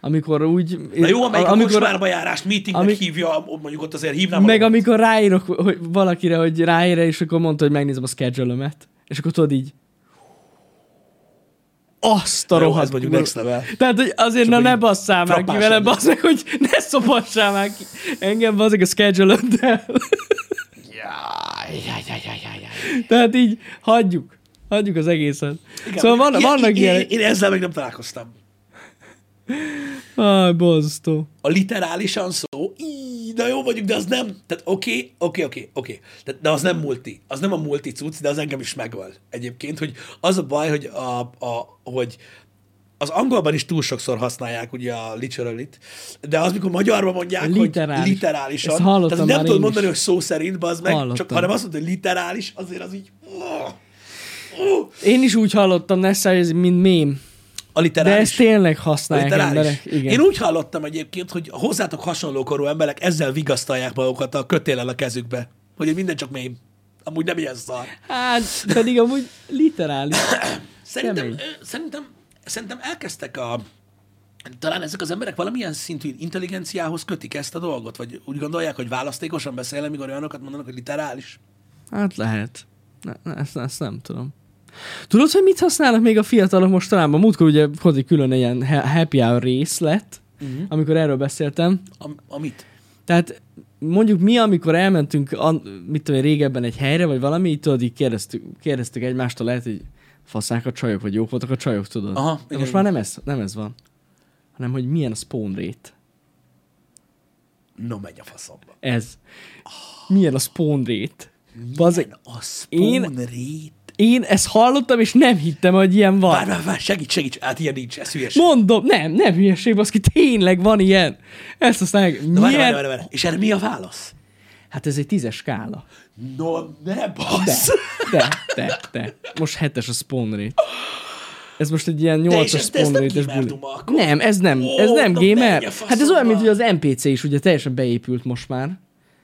B: amikor úgy...
A: Na jó, amelyik
B: amikor,
A: a kocsmárba járást meetingnek
B: ami-
A: hívja, mondjuk ott azért hívnám
B: Meg
A: a
B: amikor ráírok hogy valakire, hogy ráír, és akkor mondta, hogy megnézem a schedule És akkor tudod így... Azt a
A: Jó,
B: rohadt
A: ez mondjuk
B: kurva-
A: next level.
B: Tehát, hogy azért, na
A: így
B: ne basszál már ki
A: frappásan.
B: velem, bassz meg, hogy ne szopassál már ki. Engem bazzik a schedule
A: Jaj, jaj, jaj, jaj, jaj, jaj.
B: Tehát így hagyjuk. Hagyjuk az egészet. Igen, szóval van, vannak
A: én,
B: ilyen...
A: Én, én ezzel még nem találkoztam.
B: Aj, borzasztó.
A: A literálisan szó, így, na jó vagyunk, de az nem, tehát oké, oké, oké, oké, Tehát, de az nem multi, az nem a multi cucc, de az engem is megöl egyébként, hogy az a baj, hogy, a, a, hogy az angolban is túl sokszor használják ugye a literally-t, de az, mikor magyarban mondják,
B: Literális.
A: hogy literálisan,
B: Ezt hallottam
A: tehát nem
B: már
A: tudod
B: én is.
A: mondani, hogy szó szerint, bazd meg, csak
B: Hallottam.
A: hanem azt mondod, hogy literális, azért az így... Oh, oh,
B: Én is úgy hallottam, ne szállj, mint mém.
A: a literális.
B: De ezt tényleg használják
A: Literális.
B: emberek. Igen.
A: Én úgy hallottam egyébként, hogy a hozzátok hasonlókorú emberek ezzel vigasztalják magukat a kötéllel a kezükbe. Hogy minden csak mém. Amúgy nem ilyen szar.
B: Hát, pedig amúgy literális.
A: Szerintem,
B: Kemény.
A: ö, szerintem, szerintem elkezdtek a... Talán ezek az emberek valamilyen szintű intelligenciához kötik ezt a dolgot, vagy úgy gondolják, hogy választékosan beszél, amikor olyanokat mondanak, hogy literális.
B: Hát lehet. Ne, ne, ezt, ezt nem tudom. Tudod, hogy mit használnak még a fiatalok mostanában? Múltkor ugye volt egy külön egy ilyen ha- happy hour részlet, uh-huh. amikor erről beszéltem.
A: Am- amit?
B: Tehát mondjuk mi, amikor elmentünk, an, mit tudom én, régebben egy helyre, vagy valami, így tudod, így kérdeztük, kérdeztük egymástól, lehet, hogy faszák a csajok, vagy jók voltak a csajok, tudod.
A: Aha,
B: De
A: igen,
B: most
A: igen.
B: már nem ez, nem ez van. Hanem, hogy milyen a spawn rate.
A: No, megy a faszomba.
B: Ez. Milyen a spawn rate. Bazeg,
A: Milyen a
B: Én-
A: spawn rét.
B: én ezt hallottam, és nem hittem, hogy ilyen van.
A: Várj, várj, várj, segíts, segíts, hát ilyen nincs, ez hülyeség.
B: Mondom, nem, nem hülyeség, baszki, tényleg van ilyen. Ezt aztán,
A: Na,
B: milyen...
A: várj, várj, várj, várj. És erre mi a válasz?
B: Hát ez egy tízes skála.
A: No, ne
B: De,
A: bassz!
B: de, de, de. Most hetes a spawn rate. Ez most egy ilyen
A: De
B: 8-as
A: és te ezt
B: spawn
A: nem
B: rate-es
A: gamer
B: buli.
A: duma akkor?
B: Nem, ez nem, ez
A: Ó,
B: nem
A: na
B: gamer.
A: menj a
B: Hát ez olyan, mint hogy
A: faszomba.
B: az NPC is ugye teljesen beépült most már.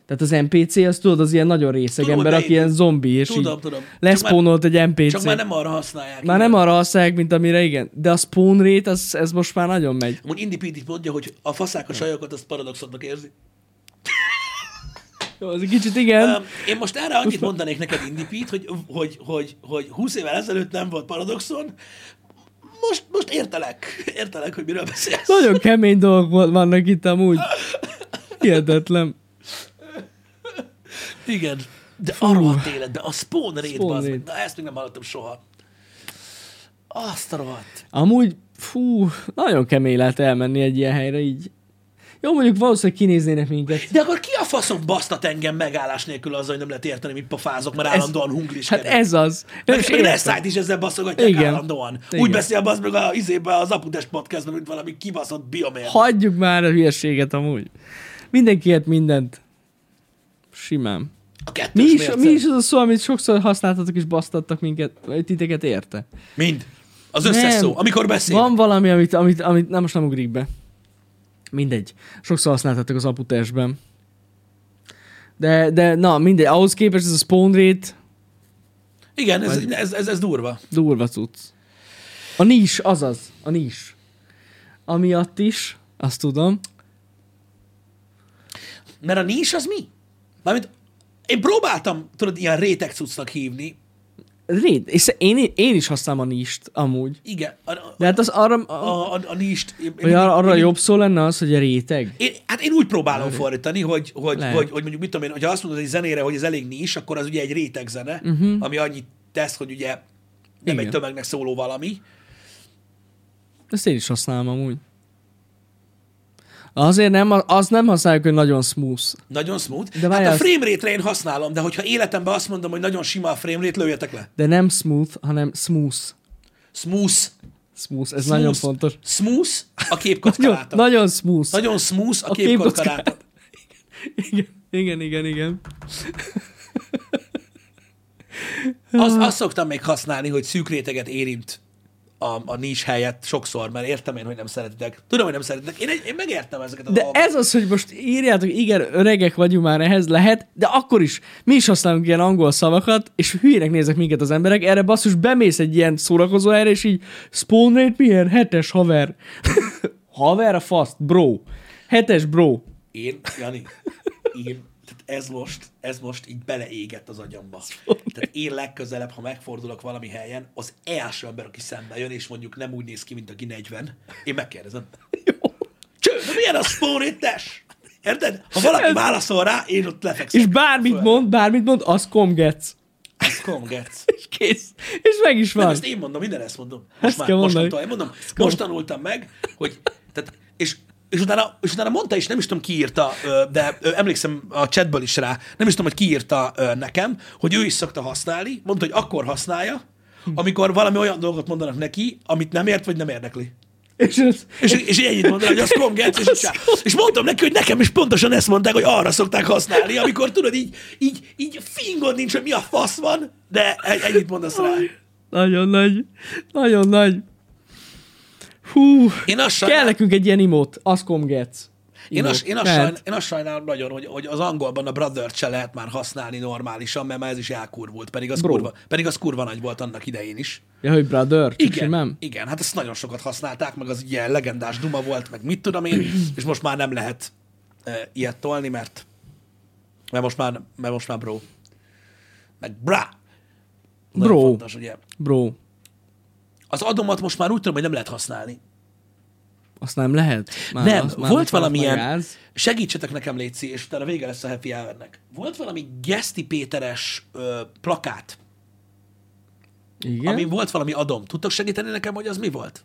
B: Tehát az NPC, az tudod, az ilyen nagyon részeg
A: Tudom,
B: ember,
A: hogy
B: aki ilyen
A: beépült.
B: zombi, és
A: Tudom,
B: így
A: tudom. Csak már-
B: leszpónolt egy NPC.
A: Csak már nem arra használják.
B: Már nem arra használják, mint amire igen. De a spawn rate, az, ez most már nagyon megy.
A: Amúgy Indi Pidit mondja, hogy a faszák a sajokat, azt paradoxonnak érzi.
B: Jó, az egy kicsit igen.
A: Öm, Én most erre annyit mondanék neked, Indi Pete, hogy, hogy, hogy, hogy 20 évvel ezelőtt nem volt paradoxon, most, most értelek. Értelek, hogy miről beszélsz.
B: Nagyon kemény dolgok van- vannak itt amúgy. Hihetetlen.
A: Igen. De arról élet, de a spawn rate,
B: Spawn
A: bazd meg.
B: rate.
A: Na, ezt még nem hallottam soha. Azt a rohadt.
B: Amúgy, fú, nagyon kemény lehet elmenni egy ilyen helyre így. Jó, mondjuk valószínűleg kinéznének minket.
A: De akkor ki a faszom basztat engem megállás nélkül azzal, hogy nem lehet érteni, mit pofázok, mert állandóan
B: Hát
A: hungriskedek.
B: ez az. Nem
A: Meg
B: is
A: még
B: értem.
A: Lesszájt is ezzel basszogatják
B: Igen.
A: Igen. állandóan.
B: Igen.
A: Úgy beszél bassz meg a, izébe, az Apudes podcastban, mint valami kibaszott biomér.
B: Hagyjuk már a hülyeséget amúgy. Mindenki ért mindent. Simán.
A: A kettős
B: Mi is,
A: mérce.
B: mi is az a szó, amit sokszor használtatok és basztattak minket, vagy titeket érte?
A: Mind. Az összes
B: Nem.
A: szó, amikor beszél.
B: Van valami, amit, amit, amit nem, most nem ugrik be. Mindegy. Sokszor használtatok az aputásben. De, de na, mindegy, ahhoz képest ez a spawn rate
A: Igen, ez,
B: Vagy-
A: ez, ez, ez durva.
B: durva cucc. A nis, azaz, a nis. Amiatt is, azt tudom.
A: Mert a nincs az mi? Mármint én próbáltam, tudod, ilyen réteg cuccnak hívni.
B: Réd, és sze- én, én is használom a nist, amúgy.
A: Igen, a, a,
B: De hát az arra,
A: a,
B: a,
A: a, a nincs. Én,
B: hogy arra, arra
A: én,
B: jobb szó lenne az, hogy a réteg.
A: Én, hát én úgy próbálom fordítani, hogy, hogy,
B: Lehet.
A: hogy, hogy mondjuk mit tudom én, hogyha azt mondod egy zenére, hogy ez elég nincs, akkor az ugye egy réteg zene, uh-huh. ami annyit tesz, hogy ugye nem
B: Mhm. Igen.
A: egy tömegnek szóló valami.
B: Ezt én is használom amúgy. Azért nem, az nem használjuk, hogy nagyon smooth.
A: Nagyon smooth.
B: De
A: De hát
B: várjál,
A: a
B: az-
A: frame rate én használom, de hogyha életemben azt mondom, hogy nagyon sima a frame rate, lőjetek le.
B: De nem smooth, hanem smooth.
A: Smooth.
B: Smooth, ez
A: Smooth.
B: nagyon fontos.
A: Smooth a képkocka
B: Nagyon,
A: látom.
B: nagyon smooth.
A: Nagyon smooth a
B: A
A: képkocka
B: képkocka.
A: látom.
B: Igen, igen, igen, igen.
A: Azt, azt szoktam még használni, hogy szűk réteget érint a, a nincs helyett sokszor, mert értem én, hogy nem szeretitek. Tudom, hogy nem szeretitek. Én, egy- én megértem ezeket a
B: De
A: dolgokat.
B: ez az, hogy most írjátok, igen, öregek vagyunk már, ehhez lehet, de akkor is mi is használunk ilyen angol szavakat, és hülyének nézek minket az emberek, erre basszus bemész egy ilyen szórakozó helyre, és így spawn rate milyen? Hetes haver. haver a faszt, bro. Hetes bro.
A: Én, Jani, én, tehát ez most, ez most így beleégett az agyamba. Tehát én legközelebb, ha megfordulok valami helyen, az első ember, aki szembe jön, és mondjuk nem úgy néz ki, mint aki 40, én megkérdezem. Cső, de milyen a spórétes? Érted? Ha valaki
B: Ez-
A: válaszol rá, én ott lefekszem.
B: És bármit mond, bármit mond, az komgetsz.
A: Ez kongetsz.
B: És kész. És meg is
A: Nem,
B: van.
A: ezt én mondom, minden ezt mondom.
B: Ezt
A: Most már,
B: kell mondani.
A: mostantól, én mondom, most tanultam meg, hogy, tehát, és, és, utána, és utána mondta is, nem is tudom ki írta, ö, de ö, emlékszem a chatből is rá, nem is tudom, hogy ki írta ö, nekem, hogy ő is szokta használni, mondta, hogy akkor használja, amikor valami olyan dolgot mondanak neki, amit nem ért, vagy nem érdekli.
B: És ez,
A: És, és így ennyit mondanak, hogy az kongetsz, és, csá. és mondtam neki, hogy nekem is pontosan ezt mondták, hogy arra szokták használni, amikor tudod, így, így, így fingod nincs, hogy mi a fasz van, de egy- ennyit mondasz rá.
B: Nagyon nagy. Nagyon nagy. Hú.
A: Én azt
B: Kell
A: sajnálom,
B: nekünk egy ilyen imót. Az komgetsz.
A: Én,
B: Imót.
A: azt, én, azt
B: Lehet.
A: sajn, én azt sajnálom nagyon, hogy, hogy az angolban a brother se lehet már használni normálisan, mert már ez is elkurvult, pedig az,
B: Bro.
A: kurva, pedig az kurva nagy volt annak idején is.
B: Ja, hogy brother? Csak
A: Igen,
B: simán?
A: igen, hát ezt nagyon sokat használták, meg az ilyen legendás duma volt, meg mit tudom én, és most már nem lehet e, ilyet tolni, mert, mert, most már, mert most már bro. Meg bra. Nagyon
B: Bro.
A: Fontos, ugye.
B: Bro,
A: Az adomat most már úgy tudom, hogy nem lehet használni.
B: azt nem lehet? Már
A: Nem,
B: azt,
A: volt
B: már
A: valamilyen,
B: Gáz.
A: segítsetek nekem Léci, és utána vége lesz a happy hournek. Volt valami Geszti Péteres ö, plakát,
B: Igen?
A: Igen? ami volt valami adom. Tudtok segíteni nekem, hogy az mi volt?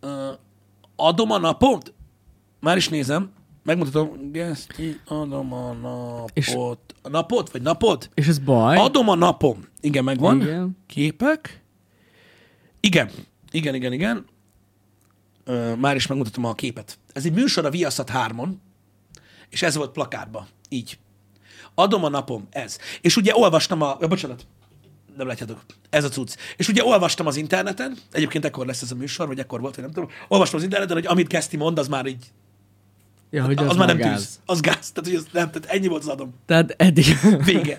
A: Ö, adom a napot? Már is nézem. Megmutatom. Geszti, adom a napot.
B: És-
A: A napot? Vagy napot?
B: És ez baj?
A: Adom a napom. Igen, megvan.
B: Igen.
A: Képek. Igen, igen, igen, igen. Ö, már is megmutatom a képet. Ez egy műsor a Viaszat 3-on, és ez volt plakátba. Így. Adom a napom, ez. És ugye olvastam a... Ja, bocsánat, nem látjátok. Ez a cucc. És ugye olvastam az interneten, egyébként ekkor lesz ez a műsor, vagy ekkor volt, vagy nem tudom. Olvastam az interneten, hogy amit Geszti mond, az már így...
B: ja, hogy
A: Az,
B: az,
A: az már nem
B: gáz.
A: tűz. Az gáz. Tehát, hogy az nem, tehát ennyi volt az adom.
B: Tehát eddig...
A: Vége.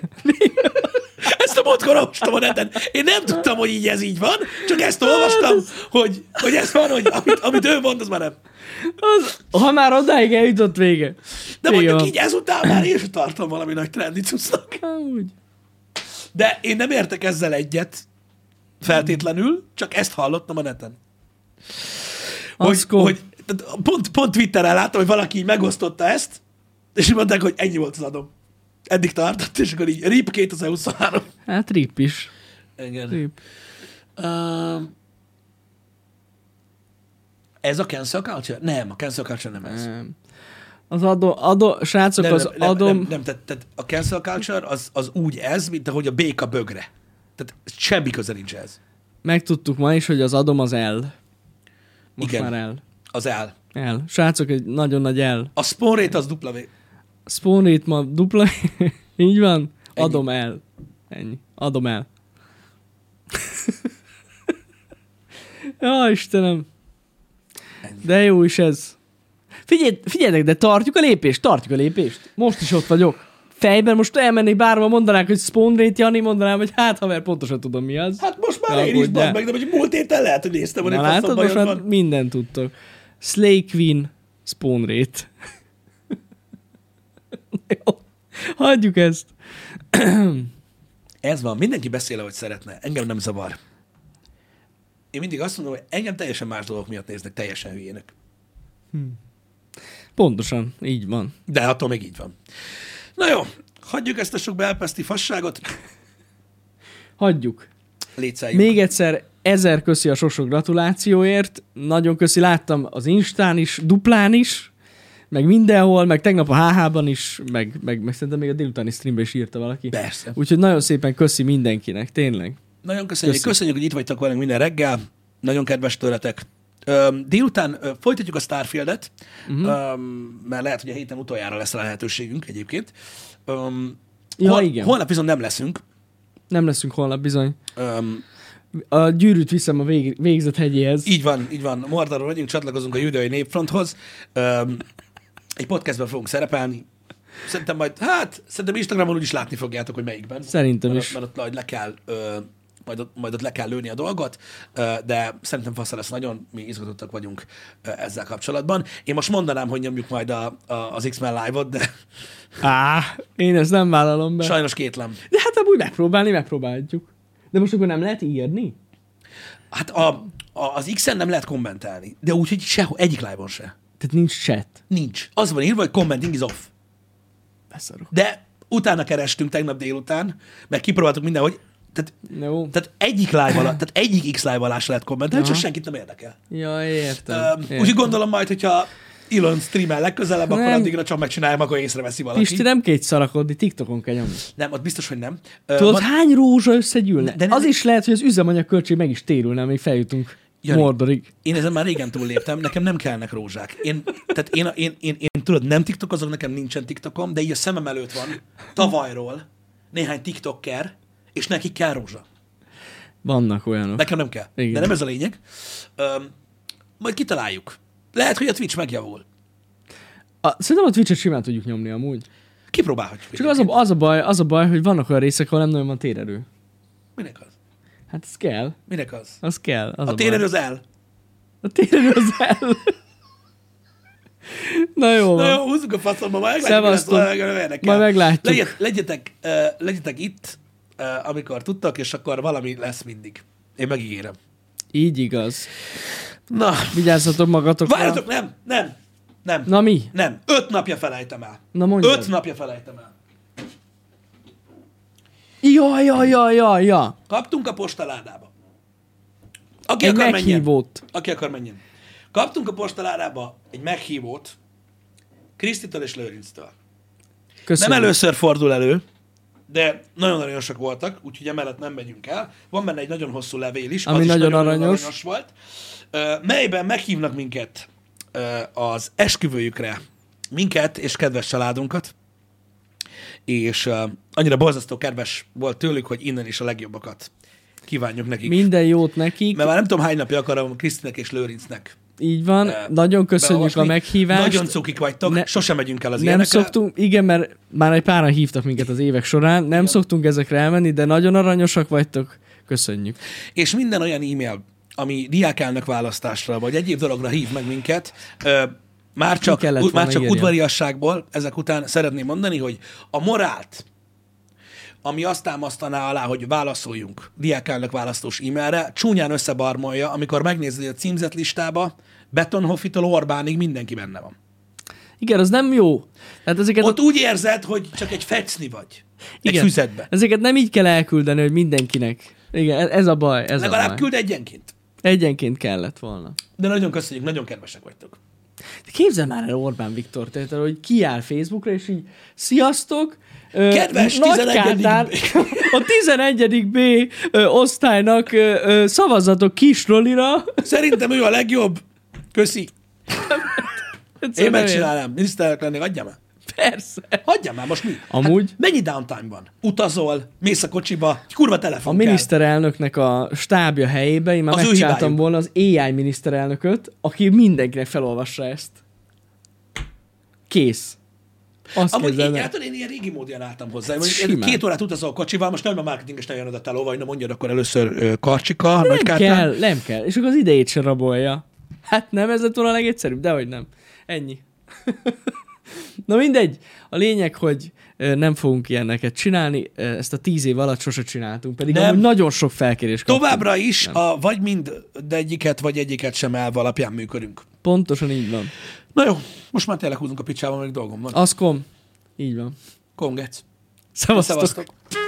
A: Ezt a múltkor olvastam a neten. Én nem tudtam, hogy így ez így van, csak ezt
B: Hát
A: olvastam, hogy, hogy ez van, hogy amit, amit ő mond, az már nem.
B: az, ha már odáig eljutott vége.
A: De
B: Vége
A: mondjuk
B: van.
A: így ezután már én sem tartom valami nagy trendi cuccnak.
B: Amúgy.
A: De én nem értek ezzel egyet feltétlenül, csak ezt hallottam a neten. Hogy,
B: Az kom-
A: hogy tehát pont, pont Twitteren láttam, hogy valaki így megosztotta ezt, és így mondták, hogy ennyi volt az adom. Eddig tartott, és akkor így RIP E 2023.
B: Hát rip is.
A: Igen.
B: Rip.
A: Öm, ez a cancel culture? Nem, a cancel culture nem ez. Nem,
B: Nem. Az adó, adó, srácok,
A: nem,
B: az
A: nem, nem,
B: adom...
A: nem, nem tehát, tehát a cancel culture az, az úgy ez, mint ahogy a béka bögre. Tehát semmi köze nincs ez.
B: Megtudtuk ma is, hogy az adom az el. Most
A: Igen.
B: már el.
A: Az el.
B: El. Srácok, egy nagyon nagy el.
A: A spawn rate az dupla V.
B: Spawn rate ma dupla, így van, adom el. Ennyi, adom el. ja, Istenem.
A: Ennyi.
B: De jó is ez. Figyelj, figyeljetek, de tartjuk a lépést, tartjuk a lépést. Most is ott vagyok. Fejben most elmennék bárhol, mondanák, hogy spawn rate, Jani, mondanám, hogy hát haver, pontosan tudom mi az.
A: Hát most már
B: Ne
A: én is
B: aggódjál.
A: bazd meg, de hogy múlt héten lehet, hogy néztem, hogy
B: Na
A: egy
B: látod,
A: faszom
B: most már
A: bajod
B: mindent tudtok. Slay Queen spawn rate. Jó. Hagyjuk ezt.
A: Ez van, mindenki beszél, ahogy szeretne. Engem nem zavar. Én mindig azt mondom, hogy engem teljesen más dolgok miatt néznek, teljesen hülyének.
B: Pontosan, így van.
A: De attól még így van. Na jó, hagyjuk ezt a sok belpeszti fasságot,
B: Hagyjuk.
A: létszálljuk.
B: Még egyszer ezer köszi a sok-sok gratulációért. Nagyon köszi, láttam az Instán is, duplán is, meg mindenhol, meg tegnap a HH-ban is, meg, meg, meg szerintem még a délutáni streamben is írta valaki.
A: Persze.
B: Úgyhogy nagyon szépen köszi mindenkinek, tényleg.
A: Nagyon köszönjük.
B: Köszi.
A: Köszönjük, hogy itt vagytok velünk minden reggel. Nagyon kedves tőletek. Öm, Délután ö, folytatjuk a Starfieldet,
B: Mhm.
A: uh-huh. mert lehet, hogy a héten utoljára lesz rá lehetőségünk egyébként. Öm,
B: Ja, igen.
A: Holnap viszont nem leszünk.
B: Nem leszünk holnap bizony.
A: Öm,
B: A gyűrűt viszem a vég, végzett hegyéhez.
A: így van, így van. Mordarról megyünk, csatlakozunk a judai népfronthoz. Öm, egy podcastben fogunk szerepelni. Szerintem majd, hát, szerintem Instagramon úgy is látni fogjátok, hogy melyikben.
B: Szerintem
A: mert,
B: is.
A: Mert ott majd le kell, ö, majd, ott, majd ott le kell lőni a dolgot, ö, de szerintem fasza lesz nagyon, mi izgatottak vagyunk ö, ezzel kapcsolatban. Én most mondanám, hogy nyomjuk majd a, a, az X-Men live-ot, de
B: Á, én ezt nem vállalom be. Saj...
A: sajnos kétlem.
B: De hát amúgy megpróbálni, megpróbáljuk. De most akkor nem lehet írni?
A: Hát a, a, az X-en nem lehet kommentelni, de úgy, hogy sehol, egyik live-on se.
B: Tehát nincs chat.
A: Nincs. Az van írva, hogy commenting is off.
B: Beszarok.
A: De utána kerestünk tegnap délután, mert kipróbáltuk mindenhogy, tehát,
B: Jó.
A: tehát egyik live alatt, tehát egyik X live alá se lehet kommentelni, csak senkit nem érdekel.
B: Ja,
A: Öm,
B: értem.
A: Úgyhogy gondolom majd, hogyha Elon streamel legközelebb, akkor
B: Nem.
A: addigra csak megcsináljam, akkor észreveszi valaki.
B: Pisti, nem két szarakodni, TikTokon kell nyomni.
A: Nem, ott biztos, hogy nem. Ö,
B: Tudod,
A: van-
B: hány rózsa összegyűlne?
A: De
B: De
A: nem-
B: az is lehet, hogy az üzemanyag költség meg is térülne, amíg feljutunk
A: Jani.
B: Jani. Mordorig.
A: Én ezen már régen túlléptem, nekem nem kellnek rózsák. Én, tehát én, én, én, én, tudod, nem TikTok azok, nekem nincsen TikTokom, de így a szemem előtt van tavalyról néhány TikToker, és neki kell rózsa.
B: Vannak olyanok.
A: Nekem nem kell. Igen.
B: Igen.
A: De nem ez a lényeg. Öm, majd kitaláljuk. Lehet, hogy a Twitch megjavul.
B: A, szerintem a Twitch-et simán tudjuk nyomni amúgy.
A: Kipróbálhatjuk.
B: Csak az a, az, a baj, az a baj, hogy vannak olyan részek, ahol nem nagyon van térerő.
A: Minek az?
B: Hát ez kell.
A: Minek az?
B: Az kell. Az
A: A
B: baj.
A: térerő az el.
B: A térerő az el. Na jó
A: Na
B: van.
A: jó, húzzuk a faszomba, majd meglátjuk,
B: Szevasztok.
A: mi lesz, majd meg- meg-
B: Majd meglátjuk.
A: Legyen, legyetek, uh, legyetek itt, uh, amikor tudtak, és akkor valami lesz mindig. Én megígérem.
B: Így igaz.
A: Na,
B: Vigyázzatok magatokra.
A: várjatok, nem, nem, nem,
B: Na mi?
A: nem. Öt napja felejtem el.
B: Na mondjad.
A: Öt napja felejtem el.
B: Ja, ja, ja, ja, ja.
A: Kaptunk a postaládába. Aki
B: Egy
A: akar, menjen.
B: meghívót.
A: Aki akar, menjen. Kaptunk a postaládába egy meghívót Krisztitől és Lőrinctől.
B: Köszönöm.
A: Nem először fordul elő, de nagyon-nagyon sok voltak, úgyhogy emellett nem megyünk el. Van benne egy nagyon hosszú levél is,
B: Ami
A: az is
B: nagyon
A: nagyon-nagyon
B: aranyos.
A: aranyos volt, ö, melyben meghívnak minket ö, az esküvőjükre, minket és kedves családunkat, és ö, annyira borzasztó kedves volt tőlük, hogy innen is a legjobbakat kívánjuk nekik.
B: Minden jót nekik.
A: Mert már nem tudom hány napja akarom Krisztinek és Lőrincnek.
B: Így van. Nagyon köszönjük
A: beolvasni.
B: a meghívást.
A: Nagyon cukik vagytok,
B: Ne-
A: sosem megyünk el az
B: nem
A: ilyenekre.
B: szoktunk, igen, mert már egy páran hívtak minket az évek során, nem igen. szoktunk ezekre elmenni, de nagyon aranyosak vagytok, köszönjük.
A: és minden olyan e-mail, ami diákelnök választásra, vagy egyéb dologra hív meg minket, ö, már csak,
B: kellett
A: ú, már
B: volna
A: csak
B: írja.
A: udvariasságból ezek után szeretném mondani, hogy a morált, ami azt támasztaná alá, hogy válaszoljunk diákelnök választós e-mailre, csúnyán összebarmolja, amikor megnézed hogy a címzett listába, Betonhoffitól Orbánig mindenki benne van.
B: Igen, az nem jó. Tehát ezeket,
A: Ott úgy érzed, hogy csak egy fecni vagy. Egy
B: igen,
A: füzetbe.
B: Ezeket nem így kell elküldeni, hogy mindenkinek. Igen, ez- ez a baj, ez a
A: Legalább
B: baj.
A: küld egyenként.
B: Egyenként kellett volna.
A: De nagyon köszönjük, nagyon kedvesek vagytok.
B: De képzel már el Orbán Viktor, tehát hogy kiáll Facebookra, és így, sziasztok! ö,
A: Kedves
B: Nagy
A: 11.
B: Kádár,
A: B.
B: a 11. B ö, osztálynak ö, ö, szavazzatok kis Szóval Rolira.
A: Szerintem ő a legjobb. Köszi. Én
B: Egyszerűen nem ér-
A: megcsinálnám, miniszterelnök lennék, adja már.
B: Persze.
A: Hagyja már, most mi?
B: Amúgy?
A: Hát, mennyi downtime van? Utazol, mész a kocsiba, egy kurva telefon
B: A
A: kell.
B: miniszterelnöknek a stábja helyébe én már
A: Az ő
B: megcsináltam
A: hibájuk.
B: volna az AI miniszterelnököt, aki mindenkinek felolvassa ezt. Kész. Azt
A: Amúgy
B: képzeld
A: én,
B: el.
A: hát én ilyen régi módján álltam hozzá. Mondjuk én
B: Simán.
A: két órát utazol kocsival, most nem a marketinges nagyon oda telóval, hogy na mondjad akkor először ö, karcsika,
B: Nem
A: vagy kártán.
B: kell, nem kell. És akkor az idejét se rabolja. Hát nem, ez lett volna a legegyszerűbb, dehogy nem. Ennyi. Na mindegy. A lényeg, hogy ö, nem fogunk ilyeneket csinálni, ö, ezt a tíz év alatt sose csináltunk, pedig
A: Nem.
B: amúgy nagyon sok felkérés kaptunk.
A: Továbbra is a vagy mind de egyiket, vagy egyiket sem elv alapján működünk.
B: Pontosan így van.
A: Na jó, most már tényleg húzunk a picsába, még dolgom van.
B: Aszkom. Így van.
A: Kongec.
B: Szevasztok.
A: Szevasztok.
B: Szevasztok.